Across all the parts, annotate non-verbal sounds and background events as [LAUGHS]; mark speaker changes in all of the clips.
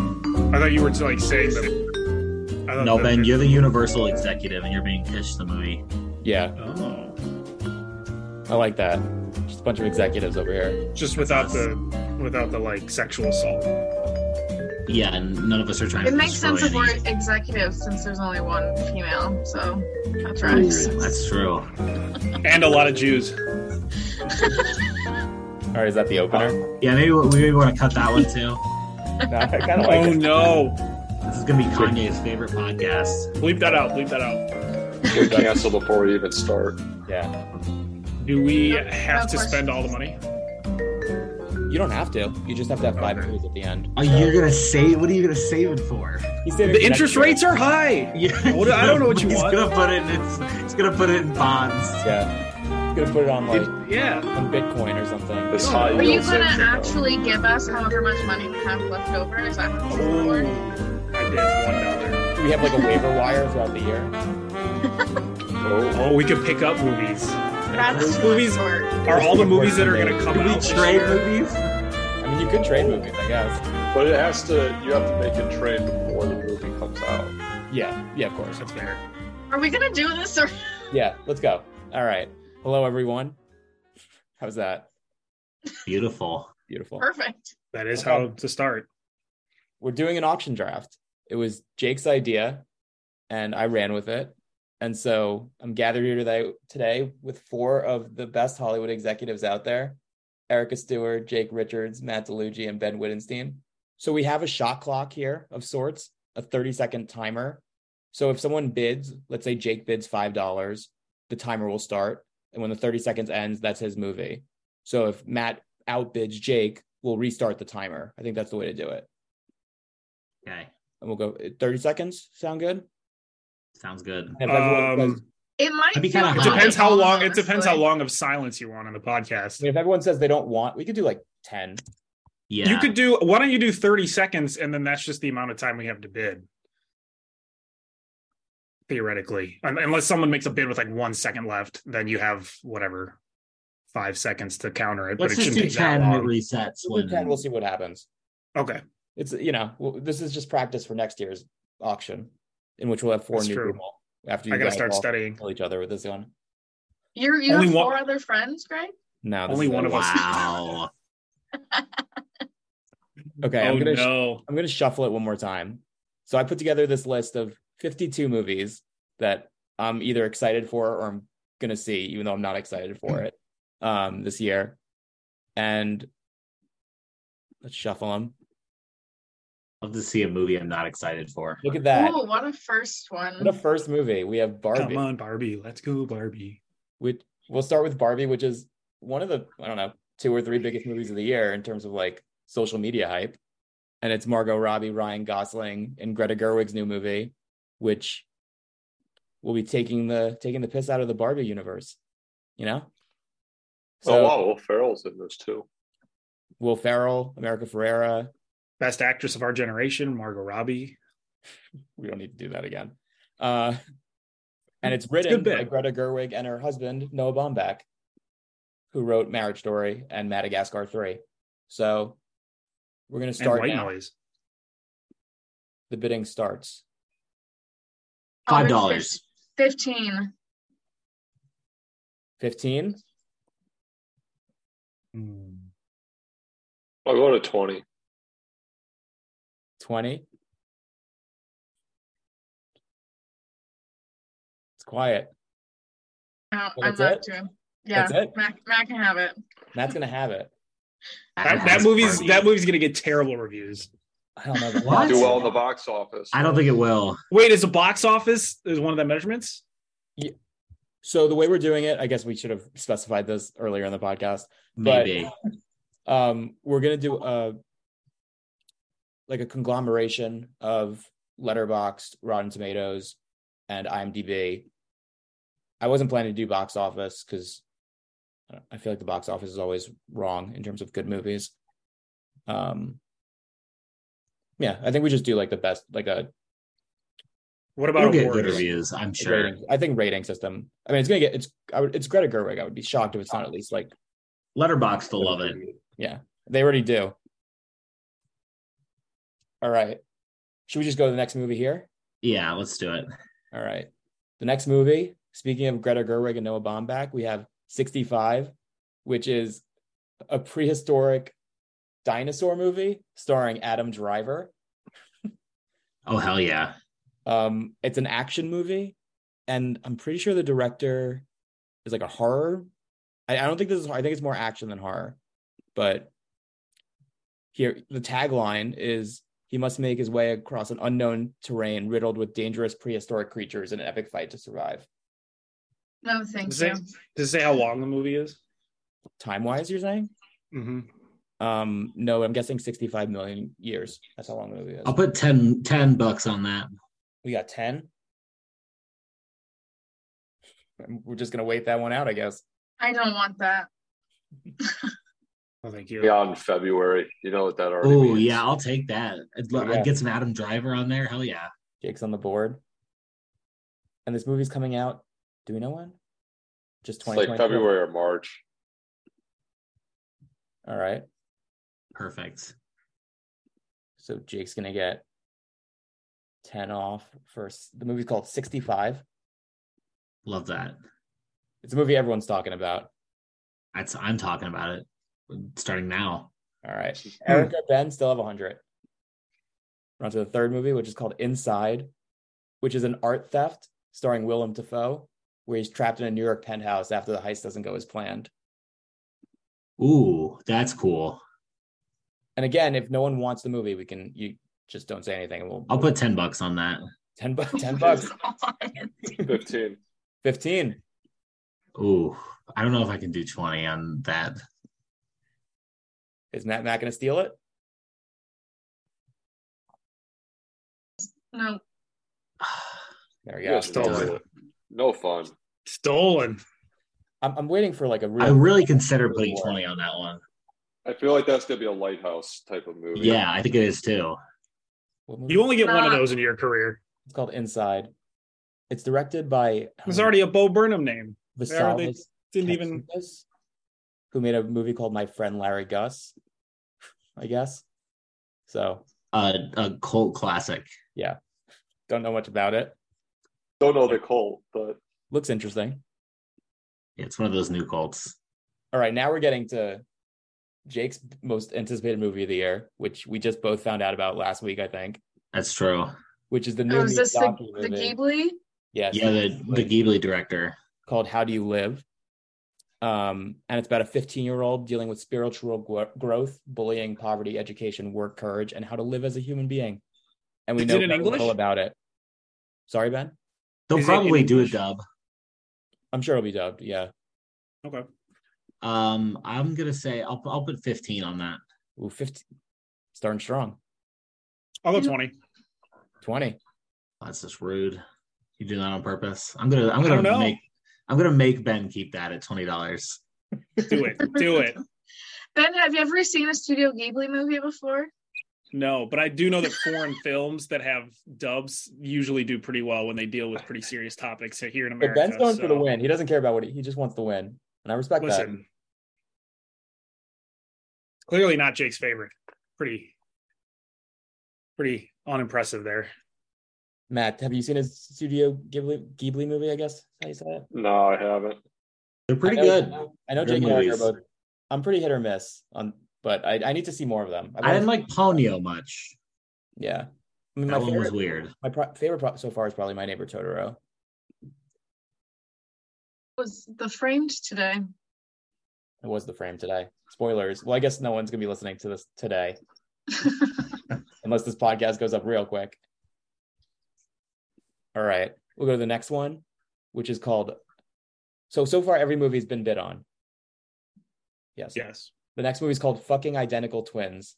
Speaker 1: thought you were like saying that. I thought
Speaker 2: No,
Speaker 1: that-
Speaker 2: Ben, you're the Universal executive, and you're being pitched the movie.
Speaker 3: Yeah,
Speaker 2: Oh,
Speaker 3: I like that. Just a bunch of executives over here.
Speaker 1: just without the without the like sexual assault.
Speaker 2: yeah. And none of us are trying.
Speaker 4: It
Speaker 2: to
Speaker 4: makes
Speaker 2: destroy
Speaker 4: sense if
Speaker 2: any-
Speaker 4: we're executives since there's only one female, so that tracks.
Speaker 2: Ooh, That's true.
Speaker 5: and a lot of Jews.
Speaker 3: All right, is that the
Speaker 2: [LAUGHS]
Speaker 3: opener?
Speaker 2: Yeah, maybe we, maybe want to cut that one too.
Speaker 3: No, I kind of
Speaker 5: Oh
Speaker 3: like it.
Speaker 5: no!
Speaker 2: This is gonna be Kanye's favorite podcast.
Speaker 5: Leave that out. Leave that out.
Speaker 6: Get canceled before we even start.
Speaker 3: Yeah,
Speaker 5: Do we
Speaker 4: No,
Speaker 5: have
Speaker 4: no
Speaker 5: to
Speaker 4: question.
Speaker 5: spend all the money?
Speaker 3: you don't have to. You just have to have five
Speaker 1: Okay.
Speaker 3: movies at the end.
Speaker 2: Are you Oh, gonna save? What are you gonna save it for?
Speaker 5: The interest rates are high.
Speaker 2: [LAUGHS] Yeah,
Speaker 5: What- I don't know what you
Speaker 2: he's
Speaker 5: want.
Speaker 2: gonna put it. In, it's, he's gonna put it in bonds.
Speaker 3: Yeah, He's gonna put it on like
Speaker 5: Yeah.
Speaker 3: on Bitcoin or something.
Speaker 6: This high
Speaker 4: Are you
Speaker 6: yield
Speaker 4: gonna
Speaker 6: savings account.
Speaker 4: actually give us however much money we have left over? Is that how it's
Speaker 5: Oh,
Speaker 4: going
Speaker 5: I did one dollar.
Speaker 3: Do we have like a waiver wire throughout the year?
Speaker 6: Oh,
Speaker 5: Oh, we could pick up movies.
Speaker 2: Oh.
Speaker 4: That's too
Speaker 5: [LAUGHS]
Speaker 4: much
Speaker 5: Movies-
Speaker 4: work.
Speaker 5: Are all the movies that are going to come
Speaker 2: Can we
Speaker 5: out?
Speaker 2: trade movies?
Speaker 3: I mean, you could trade movies, I guess.
Speaker 6: But it has to. You have to make a trade before the movie comes out.
Speaker 3: Yeah, yeah, of course.
Speaker 5: That's fair.
Speaker 4: Are we gonna do this or [LAUGHS]
Speaker 3: Yeah, let's go. All right. Hello, everyone. How's that?
Speaker 2: Beautiful.
Speaker 3: Beautiful.
Speaker 4: perfect?
Speaker 5: That is how to start.
Speaker 3: We're doing an auction draft. It was Jake's idea, and I ran with it. And so I'm gathered here today, today with four of the best Hollywood executives out there Erica Stewart, Jake Richards, Matt DeLuigi, and Ben Wittenstein. So we have a shot clock here of sorts, a 30 second timer. So if someone bids, let's say Jake bids $5, the timer will start. And when the 30 seconds ends, that's his movie. So if Matt outbids Jake, we'll restart the timer. I think that's the way to do it
Speaker 2: Okay,
Speaker 3: and we'll go 30 seconds sound good
Speaker 2: sounds good.
Speaker 3: And if everyone says,
Speaker 5: Um,
Speaker 4: It might
Speaker 2: That'd be
Speaker 4: feel
Speaker 2: kinda
Speaker 5: it
Speaker 2: hot.
Speaker 4: like
Speaker 5: depends how
Speaker 4: all of
Speaker 5: long. It
Speaker 4: us,
Speaker 5: depends how
Speaker 4: like-
Speaker 5: long of silence you want on the podcast.
Speaker 3: I mean, if everyone says they don't want we could do like 10
Speaker 2: Yeah,
Speaker 5: You could do. Why don't you do thirty seconds, and then that's just the amount of time we have to bid. Theoretically, Un- unless someone makes a bid with like one second left, then you have whatever five seconds to counter it. but
Speaker 2: Let's
Speaker 5: it
Speaker 2: just
Speaker 5: shouldn't
Speaker 2: do
Speaker 5: take that
Speaker 2: ten. It
Speaker 5: long.
Speaker 2: resets
Speaker 3: We'll do 10 we'll
Speaker 2: when.
Speaker 3: see what happens
Speaker 5: Okay,
Speaker 3: it's you know w- this is just practice for next year's auction in which we'll have four
Speaker 5: That's
Speaker 3: new
Speaker 5: true.
Speaker 3: people after you
Speaker 5: I gotta
Speaker 3: guys
Speaker 5: start
Speaker 2: Oh,
Speaker 3: all
Speaker 5: studying.
Speaker 3: kill each other with this one
Speaker 4: You're, you
Speaker 5: Only
Speaker 4: have
Speaker 5: one-
Speaker 4: four other friends, Greg?
Speaker 3: no this
Speaker 5: Only
Speaker 3: is
Speaker 5: one
Speaker 3: it.
Speaker 5: of us.
Speaker 2: Wow.
Speaker 3: okay
Speaker 5: oh
Speaker 3: i'm gonna sh-
Speaker 5: no!
Speaker 3: i'm gonna shuffle it one more time so i put together this list of 52 movies that i'm either excited for or i'm gonna see even though i'm not excited for it um this year and let's shuffle them
Speaker 2: Love to see a movie I'm not excited for.
Speaker 3: Look at that.
Speaker 4: Oh, what a first one. Oh,
Speaker 3: What a first movie. We have Barbie.
Speaker 5: Come on, Barbie, let's go, Barbie.
Speaker 3: Which we'll start with Barbie, which is one of the, I don't know, two or three biggest movies of the year in terms of like social media hype. And it's Margot Robbie, Ryan Gosling, and Greta Gerwig's new movie, which will be taking the taking the piss out of the Barbie universe. You know? So
Speaker 6: oh wow, Will Ferrell's in this too.
Speaker 3: Will Ferrell, America Ferrera.
Speaker 5: Best actress of our generation, Margot Robbie.
Speaker 3: We don't need to do that again. Uh and it's
Speaker 5: a
Speaker 3: written
Speaker 5: good bit.
Speaker 3: by Greta Gerwig and her husband Noah Baumbach, who wrote Marriage Story and Madagascar Three. So we're gonna
Speaker 5: and
Speaker 3: start
Speaker 5: White
Speaker 3: now.
Speaker 5: Noise.
Speaker 3: The bidding starts.
Speaker 4: Oh,
Speaker 2: Five
Speaker 4: there's
Speaker 2: dollars.
Speaker 4: fif- Fifteen.
Speaker 3: Fifteen.
Speaker 5: Hmm.
Speaker 6: I'll go to twenty.
Speaker 3: 20. It's quiet.
Speaker 4: No,
Speaker 3: Well,
Speaker 4: I'm
Speaker 3: that's
Speaker 4: not
Speaker 3: it?
Speaker 4: doing. Yeah,
Speaker 3: That's it?
Speaker 4: Mac, Mac can have it.
Speaker 3: Matt's gonna have it.
Speaker 5: That, that
Speaker 2: That's
Speaker 5: movie's
Speaker 2: Barbie.
Speaker 5: that movie's gonna get terrible reviews.
Speaker 3: I
Speaker 5: [LAUGHS]
Speaker 3: don't know. about
Speaker 2: What?
Speaker 3: that.
Speaker 6: Do well in the box office.
Speaker 2: I don't think it will.
Speaker 5: Wait, is a box office is one of the measurements?
Speaker 3: So the way we're doing it, I guess we should have specified this earlier in the podcast. But-
Speaker 2: Maybe.
Speaker 3: Um, we're gonna do a like a conglomeration of Letterboxd, Rotten Tomatoes, and IMDb. I wasn't planning to do box office because I feel like the box office is always wrong in terms of good movies. Um, yeah, I think we just do like the best, like a
Speaker 5: What
Speaker 2: It'll
Speaker 5: about
Speaker 2: get good
Speaker 5: awards?
Speaker 2: reviews, I'm sure.
Speaker 3: rating. I think rating system. I mean, it's gonna get it's. I would, it's Greta Gerwig. I would be shocked if it's not at least like
Speaker 2: Letterboxd will love it.
Speaker 3: Yeah, they already do. All right, Should we just go to the next movie here?
Speaker 2: Yeah, let's do it.
Speaker 3: All right. The next movie, speaking of Greta Gerwig and Noah Baumbach, we have 65, which is a prehistoric dinosaur movie starring Adam Driver.
Speaker 2: Oh hell yeah.
Speaker 3: Um, it's an action movie, and I'm pretty sure the director is like a horror. I, I don't think this is. I think it's more action than horror. But here, the tagline is: "He must make his way across an unknown terrain riddled with dangerous prehistoric creatures in an epic fight to survive."
Speaker 4: No, thank
Speaker 5: Does
Speaker 4: you.
Speaker 5: it, does it say how long the movie is?
Speaker 3: Time wise, you're saying?
Speaker 5: Mm-hmm.
Speaker 3: Um, no, I'm guessing 65 million years. That's how long the movie is.
Speaker 2: I'll put 10, 10 bucks on that.
Speaker 3: We got 10. We're just gonna wait that one out, I guess.
Speaker 4: I don't
Speaker 5: [LAUGHS]
Speaker 4: want that.
Speaker 5: Oh, thank you.
Speaker 6: Beyond February, you know what that already
Speaker 2: Oh
Speaker 6: means.
Speaker 2: yeah, I'll take that. I'd, lo-
Speaker 3: Yeah.
Speaker 2: I'd get some Adam Driver on there. Hell yeah.
Speaker 3: Jake's on the board. And this movie's coming out. Do we know when? Just
Speaker 6: It's like
Speaker 3: 2020.
Speaker 6: February or
Speaker 4: [LAUGHS]
Speaker 6: March.
Speaker 3: All right.
Speaker 2: Perfect.
Speaker 3: So Jake's gonna get 10 off first. The movie's called 65.
Speaker 2: Love that.
Speaker 3: It's a movie everyone's talking about.
Speaker 2: That's I'm talking about it. Starting now.
Speaker 3: All right.
Speaker 6: Hmm.
Speaker 3: Erica Ben still have 100. We're on to the third movie, which is called Inside, which is an art theft starring Willem Dafoe, where he's trapped in a New York penthouse after the heist doesn't go as planned.
Speaker 2: Ooh, that's cool.
Speaker 3: And again, if no one wants the movie, we can you just don't say anything. and We'll
Speaker 2: I'll put 10 bucks on that.
Speaker 5: [LAUGHS]
Speaker 3: 10 bucks,
Speaker 4: [LAUGHS]
Speaker 3: 10 bucks,
Speaker 6: Fifteen.
Speaker 3: 15.
Speaker 2: Ooh, I don't know if I can do 20 on that. [SIGHS]
Speaker 3: Is Matt Matt going to steal it?
Speaker 4: no,
Speaker 3: There we
Speaker 6: You
Speaker 3: go.
Speaker 6: guys
Speaker 5: Stolen.
Speaker 6: ruined it. No fun.
Speaker 5: Stolen.
Speaker 3: I'm, I'm waiting for like a
Speaker 2: I
Speaker 3: real.
Speaker 2: really consider putting 20 on that one.
Speaker 6: I feel like that's gonna be a lighthouse type of movie.
Speaker 2: Yeah, I think it is too.
Speaker 3: what movie?
Speaker 5: You only get one of those in your career.
Speaker 3: it's called Inside. It's directed by. um,
Speaker 5: It's already a Bo Burnham name. They
Speaker 3: Vasalis
Speaker 5: already Didn't even.
Speaker 3: Katsukas, who made a movie called My Friend Larry Gus, I guess. So
Speaker 2: Uh, a cult classic.
Speaker 3: don't know much about it.
Speaker 6: Don't know the cult, but
Speaker 3: Looks interesting.
Speaker 2: It's one of those new cults.
Speaker 3: All right, now we're getting to Jake's most anticipated movie of the year, which we just both found out about last week, I think,
Speaker 2: That's true.
Speaker 3: which is the new
Speaker 4: oh, is this the,
Speaker 3: Miyazaki
Speaker 4: the
Speaker 3: movie.
Speaker 4: Ghibli?
Speaker 3: Yes,
Speaker 2: Yeah, the, the Ghibli director.
Speaker 3: called How Do You Live? Um, and it's about a 15 year old dealing with spiritual gro- growth, bullying, poverty, education, work, courage, and how to live as a human being. And we
Speaker 5: Is
Speaker 3: know
Speaker 5: it in
Speaker 3: very
Speaker 5: English?
Speaker 3: little about it. Sorry, Ben.
Speaker 2: They'll
Speaker 5: Is it in
Speaker 2: probably do a
Speaker 5: English?
Speaker 2: dub.
Speaker 3: I'm sure it'll be dubbed. Yeah.
Speaker 5: Okay.
Speaker 2: Um, I'm gonna say I'll I'll put 15 on that.
Speaker 3: Ooh, 15. Starting strong.
Speaker 5: I'll go 20.
Speaker 3: 20.
Speaker 2: That's just rude. You do that on purpose. I'm gonna I'm
Speaker 5: I don't
Speaker 2: gonna
Speaker 5: know.
Speaker 2: make I'm gonna make Ben keep that at twenty dollars.
Speaker 5: Do it. Do it.
Speaker 4: Ben, have you ever seen a Studio Ghibli movie before?
Speaker 5: No, but I do know that foreign films that have dubs usually do pretty well when they deal with pretty serious topics here in
Speaker 3: But
Speaker 5: America.
Speaker 3: Ben's going for the
Speaker 5: so-
Speaker 3: win. He doesn't care about what he, he just wants the win. And I respect that.
Speaker 5: Listen, clearly not Jake's favorite. Pretty, pretty unimpressive there.
Speaker 3: Matt, have you seen his Studio Ghibli, Ghibli movie? I guess is how you say it.
Speaker 6: no, I haven't.
Speaker 2: They're pretty
Speaker 3: I know-
Speaker 2: good.
Speaker 3: I
Speaker 2: They're
Speaker 3: know Jake and Eric are
Speaker 2: movies.
Speaker 3: both. I'm pretty hit or miss on, but I, I need to see more of them. I've
Speaker 2: I didn't
Speaker 3: only-
Speaker 2: like Ponyo much.
Speaker 3: Yeah. I mean,
Speaker 2: That
Speaker 3: my
Speaker 2: one was
Speaker 3: favorite,
Speaker 2: weird.
Speaker 3: my pro- favorite pro- so far is probably My Neighbor Totoro.
Speaker 4: Was the framed today?
Speaker 3: It was the frame today. Spoilers. Well, I guess no one's gonna be listening to this
Speaker 2: [LAUGHS]
Speaker 3: today unless this podcast goes up real quick. All right, we'll go to the next one, which is called. So so far, every movie's been bid on. Yes.
Speaker 5: Yes.
Speaker 3: The next movie is called Fucking Identical Twins.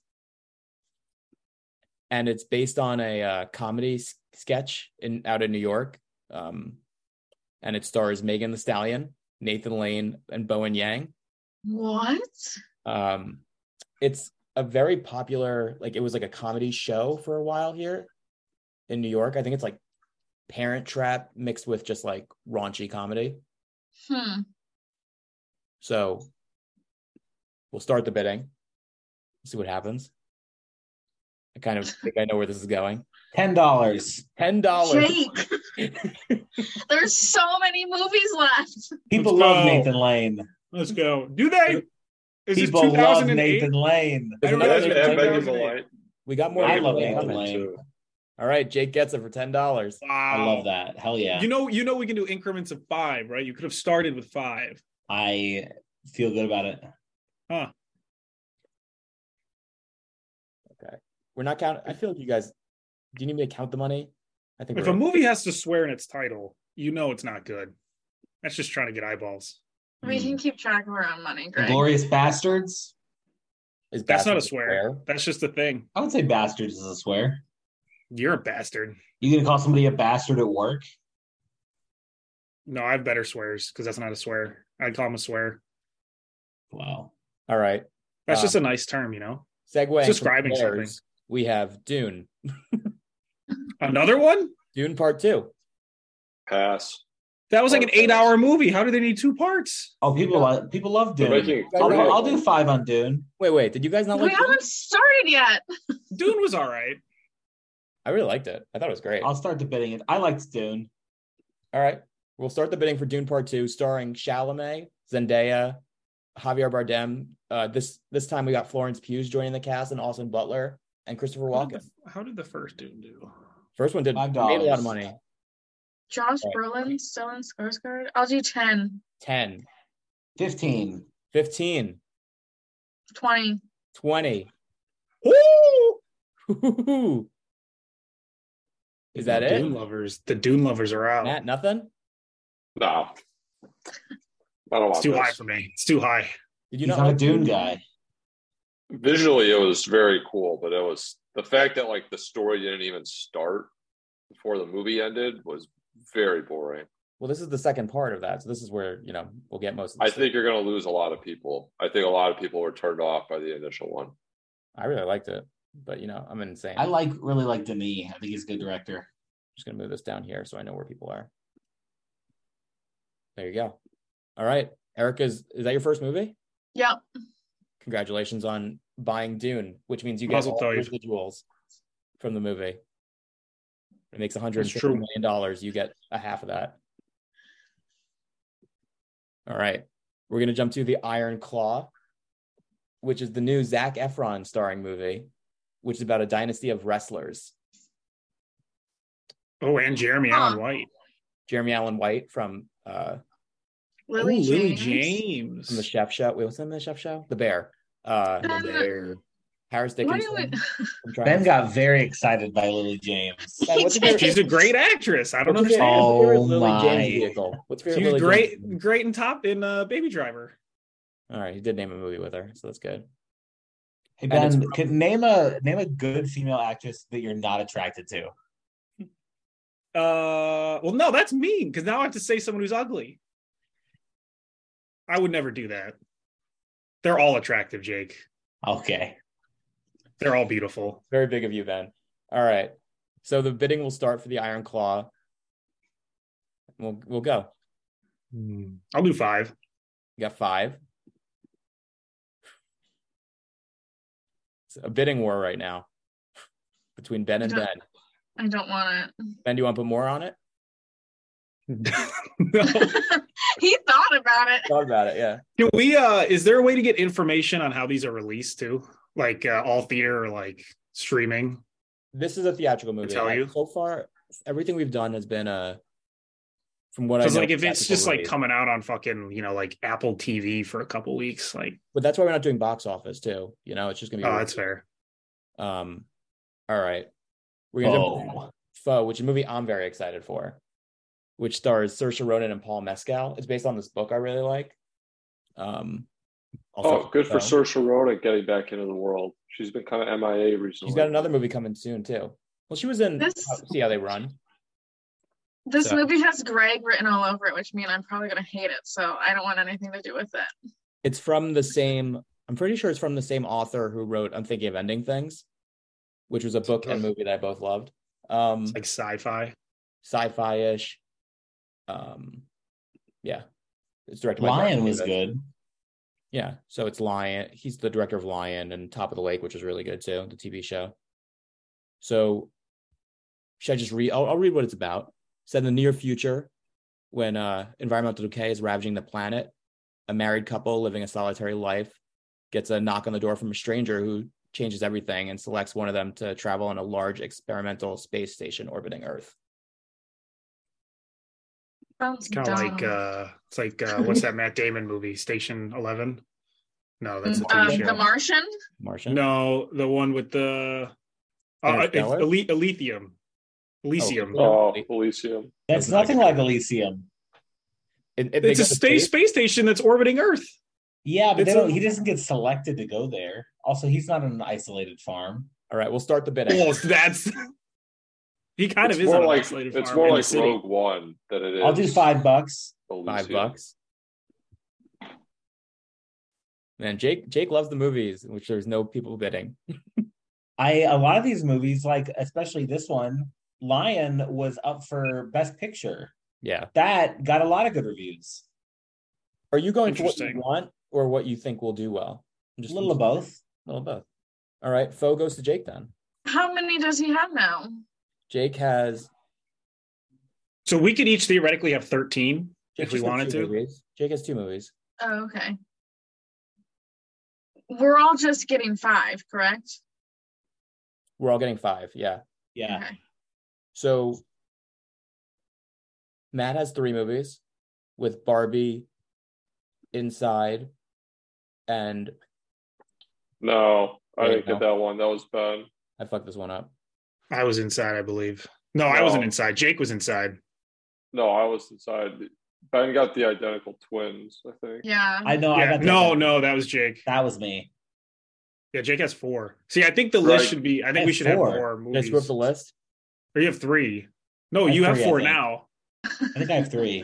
Speaker 3: And it's based on a uh, comedy s- sketch in out in New York. Um, and it stars Megan the Stallion, Nathan Lane, and Bowen Yang.
Speaker 4: what?
Speaker 3: Um, it's a very popular, like it was like a comedy show for a while here in New York. I think it's like Parent Trap mixed with just like raunchy comedy.
Speaker 4: Hmm.
Speaker 3: So we'll start the bidding. See what happens. I kind of think I know where this is going.
Speaker 2: Ten dollars.
Speaker 3: Ten dollars.
Speaker 4: Jake,
Speaker 3: [LAUGHS]
Speaker 4: there's so many movies left.
Speaker 2: People
Speaker 5: Let's go.
Speaker 2: love Nathan Lane.
Speaker 5: Let's go. Do they? Is
Speaker 2: People
Speaker 5: it
Speaker 2: love
Speaker 5: 2008?
Speaker 2: Nathan Lane.
Speaker 3: There's
Speaker 5: don't
Speaker 6: Yeah,
Speaker 5: know.
Speaker 3: another
Speaker 5: It's
Speaker 6: that's yeah,
Speaker 3: Nathan
Speaker 5: Batman.
Speaker 3: Lane.
Speaker 6: Begging's a light.
Speaker 3: We got more.
Speaker 2: I
Speaker 3: people
Speaker 2: love
Speaker 3: coming.
Speaker 2: Nathan Lane.
Speaker 3: All right, Jake gets it for ten dollars.
Speaker 5: Wow.
Speaker 2: I love that. Hell yeah.
Speaker 5: You know, you know, we can do increments of five, right? You could have started with five.
Speaker 2: I feel good about it.
Speaker 3: We're not counting. I feel like you guys. Do you need me to count the money? I think.
Speaker 5: If
Speaker 3: we're-
Speaker 5: a movie has to swear in its title, you know it's not good. That's just trying to get eyeballs.
Speaker 3: Hmm.
Speaker 4: We can keep track of our own money, Greg.
Speaker 2: Glorious Bastards.
Speaker 3: is
Speaker 5: That's not a
Speaker 3: Bastard
Speaker 5: swear. That's just a thing.
Speaker 2: I would say bastards is a swear.
Speaker 5: You're a bastard.
Speaker 2: You gonna call somebody a bastard at work?
Speaker 5: No, I have better swears because that's not a swear. I'd call them a swear.
Speaker 2: Wow.
Speaker 3: All right.
Speaker 5: That's
Speaker 3: Uh,
Speaker 5: just a nice term, you know.
Speaker 3: Segway.
Speaker 5: Describing
Speaker 3: We have Dune.
Speaker 5: Another one?
Speaker 3: Dune Part Two.
Speaker 6: Pass.
Speaker 5: That was like an
Speaker 6: Okay.
Speaker 5: eight-hour movie. How do they need two parts?
Speaker 2: Oh, people love people love
Speaker 6: They're
Speaker 2: Dune.
Speaker 6: making.
Speaker 2: I'll, do-
Speaker 3: Right.
Speaker 2: I'll do five on Dune.
Speaker 3: Wait, wait. Did you guys not
Speaker 4: we
Speaker 3: like? Dune?
Speaker 4: haven't started yet.
Speaker 5: Dune was all
Speaker 3: [LAUGHS]
Speaker 5: right.
Speaker 3: I really liked it. I thought it was great.
Speaker 2: I'll start debating it. I liked Dune.
Speaker 3: All right. We'll start the bidding for Dune Part Two, starring Chalamet, Zendaya, Javier Bardem. Uh, this this time we got Florence Pugh joining the cast, and Austin Butler and Christopher
Speaker 5: How did
Speaker 3: Walken.
Speaker 5: the- How did the first Dune do?
Speaker 3: First one did made a
Speaker 2: $5.
Speaker 3: lot of money.
Speaker 4: Josh Brolin still in Skarsgård. I'll do 10,
Speaker 3: 10,
Speaker 2: Fifteen.
Speaker 3: 15,
Speaker 4: 20.
Speaker 3: 20. Woo! [LAUGHS] Is that
Speaker 5: the Dune
Speaker 3: it?
Speaker 5: lovers. The Dune lovers are out.
Speaker 3: Matt, nothing?
Speaker 6: Nah. I don't
Speaker 5: it's
Speaker 6: want
Speaker 5: too high
Speaker 6: this.
Speaker 5: for me. It's too high.
Speaker 3: Did you
Speaker 2: He's
Speaker 3: not
Speaker 2: not a
Speaker 3: like
Speaker 2: Dune guy.
Speaker 6: Visually, it was very cool, but it was the fact that like the story didn't even start before the movie ended was very boring.
Speaker 3: Well, this is the second part of that, so this is where you know we'll get most. Of the
Speaker 6: I
Speaker 3: stuff.
Speaker 6: think you're going to lose a lot of people. I think a lot of people were turned off by the initial one.
Speaker 3: I really liked it, but you know I'm insane.
Speaker 2: I like really like Demi. I think he's a good director.
Speaker 3: just gonna move this down here so I know where people are. There you go. All right, Erica's is that your first movie?
Speaker 4: Yep.
Speaker 3: Congratulations on buying Dune, which means you get
Speaker 5: Mazel
Speaker 3: all
Speaker 5: tov.
Speaker 3: residuals from the movie. It makes 150
Speaker 5: That's true.
Speaker 3: million dollars. You get a half of that. All right, we're gonna jump to the Iron Claw, which is the new Zach Efron starring movie, which is about a dynasty of wrestlers.
Speaker 5: Oh, and Jeremy
Speaker 4: Huh.
Speaker 5: Allen White.
Speaker 3: Jeremy Allen White from uh,
Speaker 4: Lily,
Speaker 5: Ooh,
Speaker 4: James.
Speaker 5: Lily
Speaker 3: from the
Speaker 5: James.
Speaker 3: Chef Show. Wait, what's the name of the Chef Show? The Bear. Uh,
Speaker 4: Um,
Speaker 3: Harris
Speaker 4: Why
Speaker 3: Dickinson.
Speaker 4: do we...
Speaker 3: from Triumph.
Speaker 2: Ben got very excited by Lily James.
Speaker 3: Ben, what's your
Speaker 5: [LAUGHS]
Speaker 3: favorite-
Speaker 5: She's a great actress. I don't
Speaker 3: what's your
Speaker 5: understand.
Speaker 3: favorite-
Speaker 2: Oh
Speaker 3: favorite Lily James
Speaker 2: my.
Speaker 3: vehicle? What's your
Speaker 5: She's
Speaker 3: favorite Lily
Speaker 5: great,
Speaker 3: James?
Speaker 5: great and top in uh, Baby Driver.
Speaker 3: All right, he did name a movie with her, so that's good.
Speaker 2: Hey
Speaker 3: And it's
Speaker 2: Ben,
Speaker 3: from-
Speaker 2: could name a name a good female actress that you're not attracted to.
Speaker 5: Uh, well, no, that's mean because now I have to say someone who's ugly. I would never do that. They're all attractive, Jake.
Speaker 2: Okay.
Speaker 5: They're all beautiful.
Speaker 3: Very big of you, Ben. All right, so the bidding will start for the Iron Claw. We'll we'll go.
Speaker 5: I'll do five. [LAUGHS]
Speaker 3: You got five. It's a bidding war right now between Ben and
Speaker 4: Yeah.
Speaker 3: Ben.
Speaker 4: [LAUGHS] I don't want
Speaker 3: Ben, do you want to put more on it?
Speaker 5: no.
Speaker 3: [LAUGHS]
Speaker 4: it. [LAUGHS] he thought about it.
Speaker 3: Thought about it, yeah.
Speaker 5: Can we? Uh, is there a way to get information on how these are released too? Like uh, all theater or like streaming?
Speaker 3: this is a theatrical movie.
Speaker 5: tell
Speaker 3: Like,
Speaker 5: you.
Speaker 3: So far, everything we've done has been uh from what I
Speaker 5: Because
Speaker 3: know,
Speaker 5: like if it's
Speaker 3: theatrical
Speaker 5: just like
Speaker 3: release.
Speaker 5: coming out on fucking you know like Apple TV for a couple weeks, like
Speaker 3: but that's why we're not doing box office too. You know, it's just gonna be.
Speaker 5: oh, that's fair.
Speaker 3: Um, all right, we're gonna jump
Speaker 2: Oh,
Speaker 3: to Foe, which is a movie I'm very excited for, which stars Saoirse Ronan and Paul Mescal. It's based on this book I really like. Um, also-
Speaker 6: oh, good for
Speaker 3: Foe.
Speaker 6: Saoirse Ronan getting back into the world. She's been kind of MIA recently.
Speaker 3: She's got another movie coming soon too. Well, she was in.
Speaker 4: This-
Speaker 3: uh, see how they run.
Speaker 4: This
Speaker 3: So-
Speaker 4: movie has Greg written all over it, which means I'm probably gonna hate it. So I don't want anything to do with it.
Speaker 3: It's from the same. I'm pretty sure it's from the same author who wrote "I'm Thinking of Ending Things," which was a book and movie that I both loved. Um,
Speaker 5: It's like sci-fi.
Speaker 3: sci-fi ish. Um, yeah, it's directed by
Speaker 2: Lion
Speaker 3: Brian
Speaker 2: was
Speaker 3: Davis.
Speaker 2: good.
Speaker 3: Yeah, so it's Lion. He's the director of Lion and Top of the Lake, which is really good too, the TV show. So Should I just read? I'll, I'll read what it's about. Said in the near future, when uh, environmental decay is ravaging the planet, a married couple living a solitary life gets a knock on the door from a stranger who changes everything and selects one of them to travel on a large experimental space station orbiting Earth.
Speaker 4: Sounds
Speaker 5: Kind of
Speaker 4: dumb. Mm,
Speaker 5: like uh, it's like uh, what's that Matt Damon movie, Station Eleven? No, that's a
Speaker 4: Um,
Speaker 5: TV
Speaker 4: the
Speaker 5: show.
Speaker 4: Martian.
Speaker 3: Martian.
Speaker 5: No, the one with the uh, it's
Speaker 3: Interstellar?
Speaker 5: Elite, Elithium, Elysium.
Speaker 6: Oh, Elysium.
Speaker 2: That's
Speaker 3: Doesn't like
Speaker 2: nothing
Speaker 3: it.
Speaker 2: like Elysium.
Speaker 3: It- it- they
Speaker 5: It's a
Speaker 3: go to
Speaker 5: space
Speaker 3: space-
Speaker 5: space station that's orbiting Earth.
Speaker 2: Yeah, but
Speaker 5: It's
Speaker 2: they don't,
Speaker 5: a-
Speaker 2: he doesn't get selected to go there. Also, he's not on an isolated farm.
Speaker 3: All right, we'll start the bidding.
Speaker 5: Well, that's [LAUGHS] he kind
Speaker 6: It's
Speaker 5: of is on
Speaker 6: more
Speaker 5: an
Speaker 6: like
Speaker 5: isolated
Speaker 6: it's
Speaker 5: farm
Speaker 6: more
Speaker 5: in the
Speaker 6: like
Speaker 5: city.
Speaker 6: Rogue One than it is.
Speaker 2: I'll do five bucks.
Speaker 3: Five
Speaker 6: Elysium.
Speaker 3: bucks. Man, Jake Jake loves the movies, in which there's no people bidding.
Speaker 2: I a lot of these movies, like especially this one, Lion was up for Best Picture.
Speaker 3: Yeah.
Speaker 2: That got a lot of good reviews.
Speaker 3: Are you going for what you
Speaker 5: Interesting.
Speaker 3: want or what you think will do well? I'm
Speaker 2: Just a little of both.
Speaker 3: little of both. All right, Foe goes to Jake then.
Speaker 4: How many does he have now?
Speaker 3: Jake has
Speaker 5: So we could each theoretically have thirteen
Speaker 3: Jake
Speaker 5: if we
Speaker 3: just has
Speaker 5: wanted
Speaker 3: two
Speaker 5: to.
Speaker 3: Movies. Jake has two movies.
Speaker 4: Oh, okay. We're all just getting five, correct?
Speaker 3: We're all getting five. Yeah.
Speaker 2: Yeah.
Speaker 4: Okay.
Speaker 3: So Matt has three movies with Barbie, Inside, and
Speaker 6: No, I
Speaker 3: Wait,
Speaker 6: didn't
Speaker 3: no.
Speaker 6: get that one. That was Ben.
Speaker 3: I fucked this one up.
Speaker 5: I was inside, I believe. No, I
Speaker 6: No.
Speaker 5: wasn't inside. Jake was inside.
Speaker 6: No, I was inside. Ben got the identical twins. I think.
Speaker 4: Yeah.
Speaker 2: I know I
Speaker 5: Yeah,
Speaker 2: got that
Speaker 5: no,
Speaker 2: one.
Speaker 5: no, that was Jake.
Speaker 2: That was me.
Speaker 5: Yeah, Jake has four. See, I think the
Speaker 6: Right.
Speaker 5: list should be. I think
Speaker 2: I
Speaker 5: we
Speaker 2: have
Speaker 5: should
Speaker 2: four.
Speaker 5: have more
Speaker 3: Did I
Speaker 5: movies.
Speaker 3: screw up the list?
Speaker 5: Or you have three. No,
Speaker 2: I have
Speaker 5: you
Speaker 2: three,
Speaker 5: have
Speaker 2: I
Speaker 5: four
Speaker 2: think.
Speaker 5: now.
Speaker 2: I think I have [LAUGHS] three.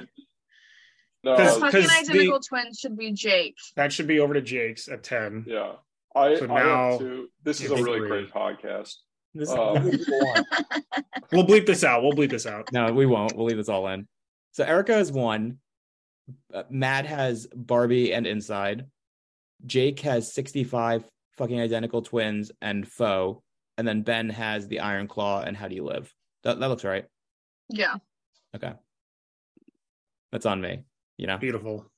Speaker 6: No,
Speaker 5: Because-
Speaker 6: I was-
Speaker 4: Fucking
Speaker 5: 'cause the-
Speaker 4: identical twins should be Jake.
Speaker 5: That should be over to Jake's at ten.
Speaker 6: yeah. I,
Speaker 5: So
Speaker 6: I
Speaker 5: now
Speaker 6: have to. This is a
Speaker 5: it's
Speaker 6: really
Speaker 5: three.
Speaker 6: great podcast.
Speaker 3: This
Speaker 6: Oh.
Speaker 3: this is the one.
Speaker 5: We'll bleep this out. We'll bleep this out.
Speaker 3: [LAUGHS] No, we won't. We'll leave this all in. So Erica has one. Uh, Matt has Barbie and Inside. Jake has 65 fucking identical twins and Foe. And then Ben has the Iron Claw and How Do You Live? That, that looks right.
Speaker 4: Yeah.
Speaker 3: That's on me. You know,
Speaker 5: Beautiful.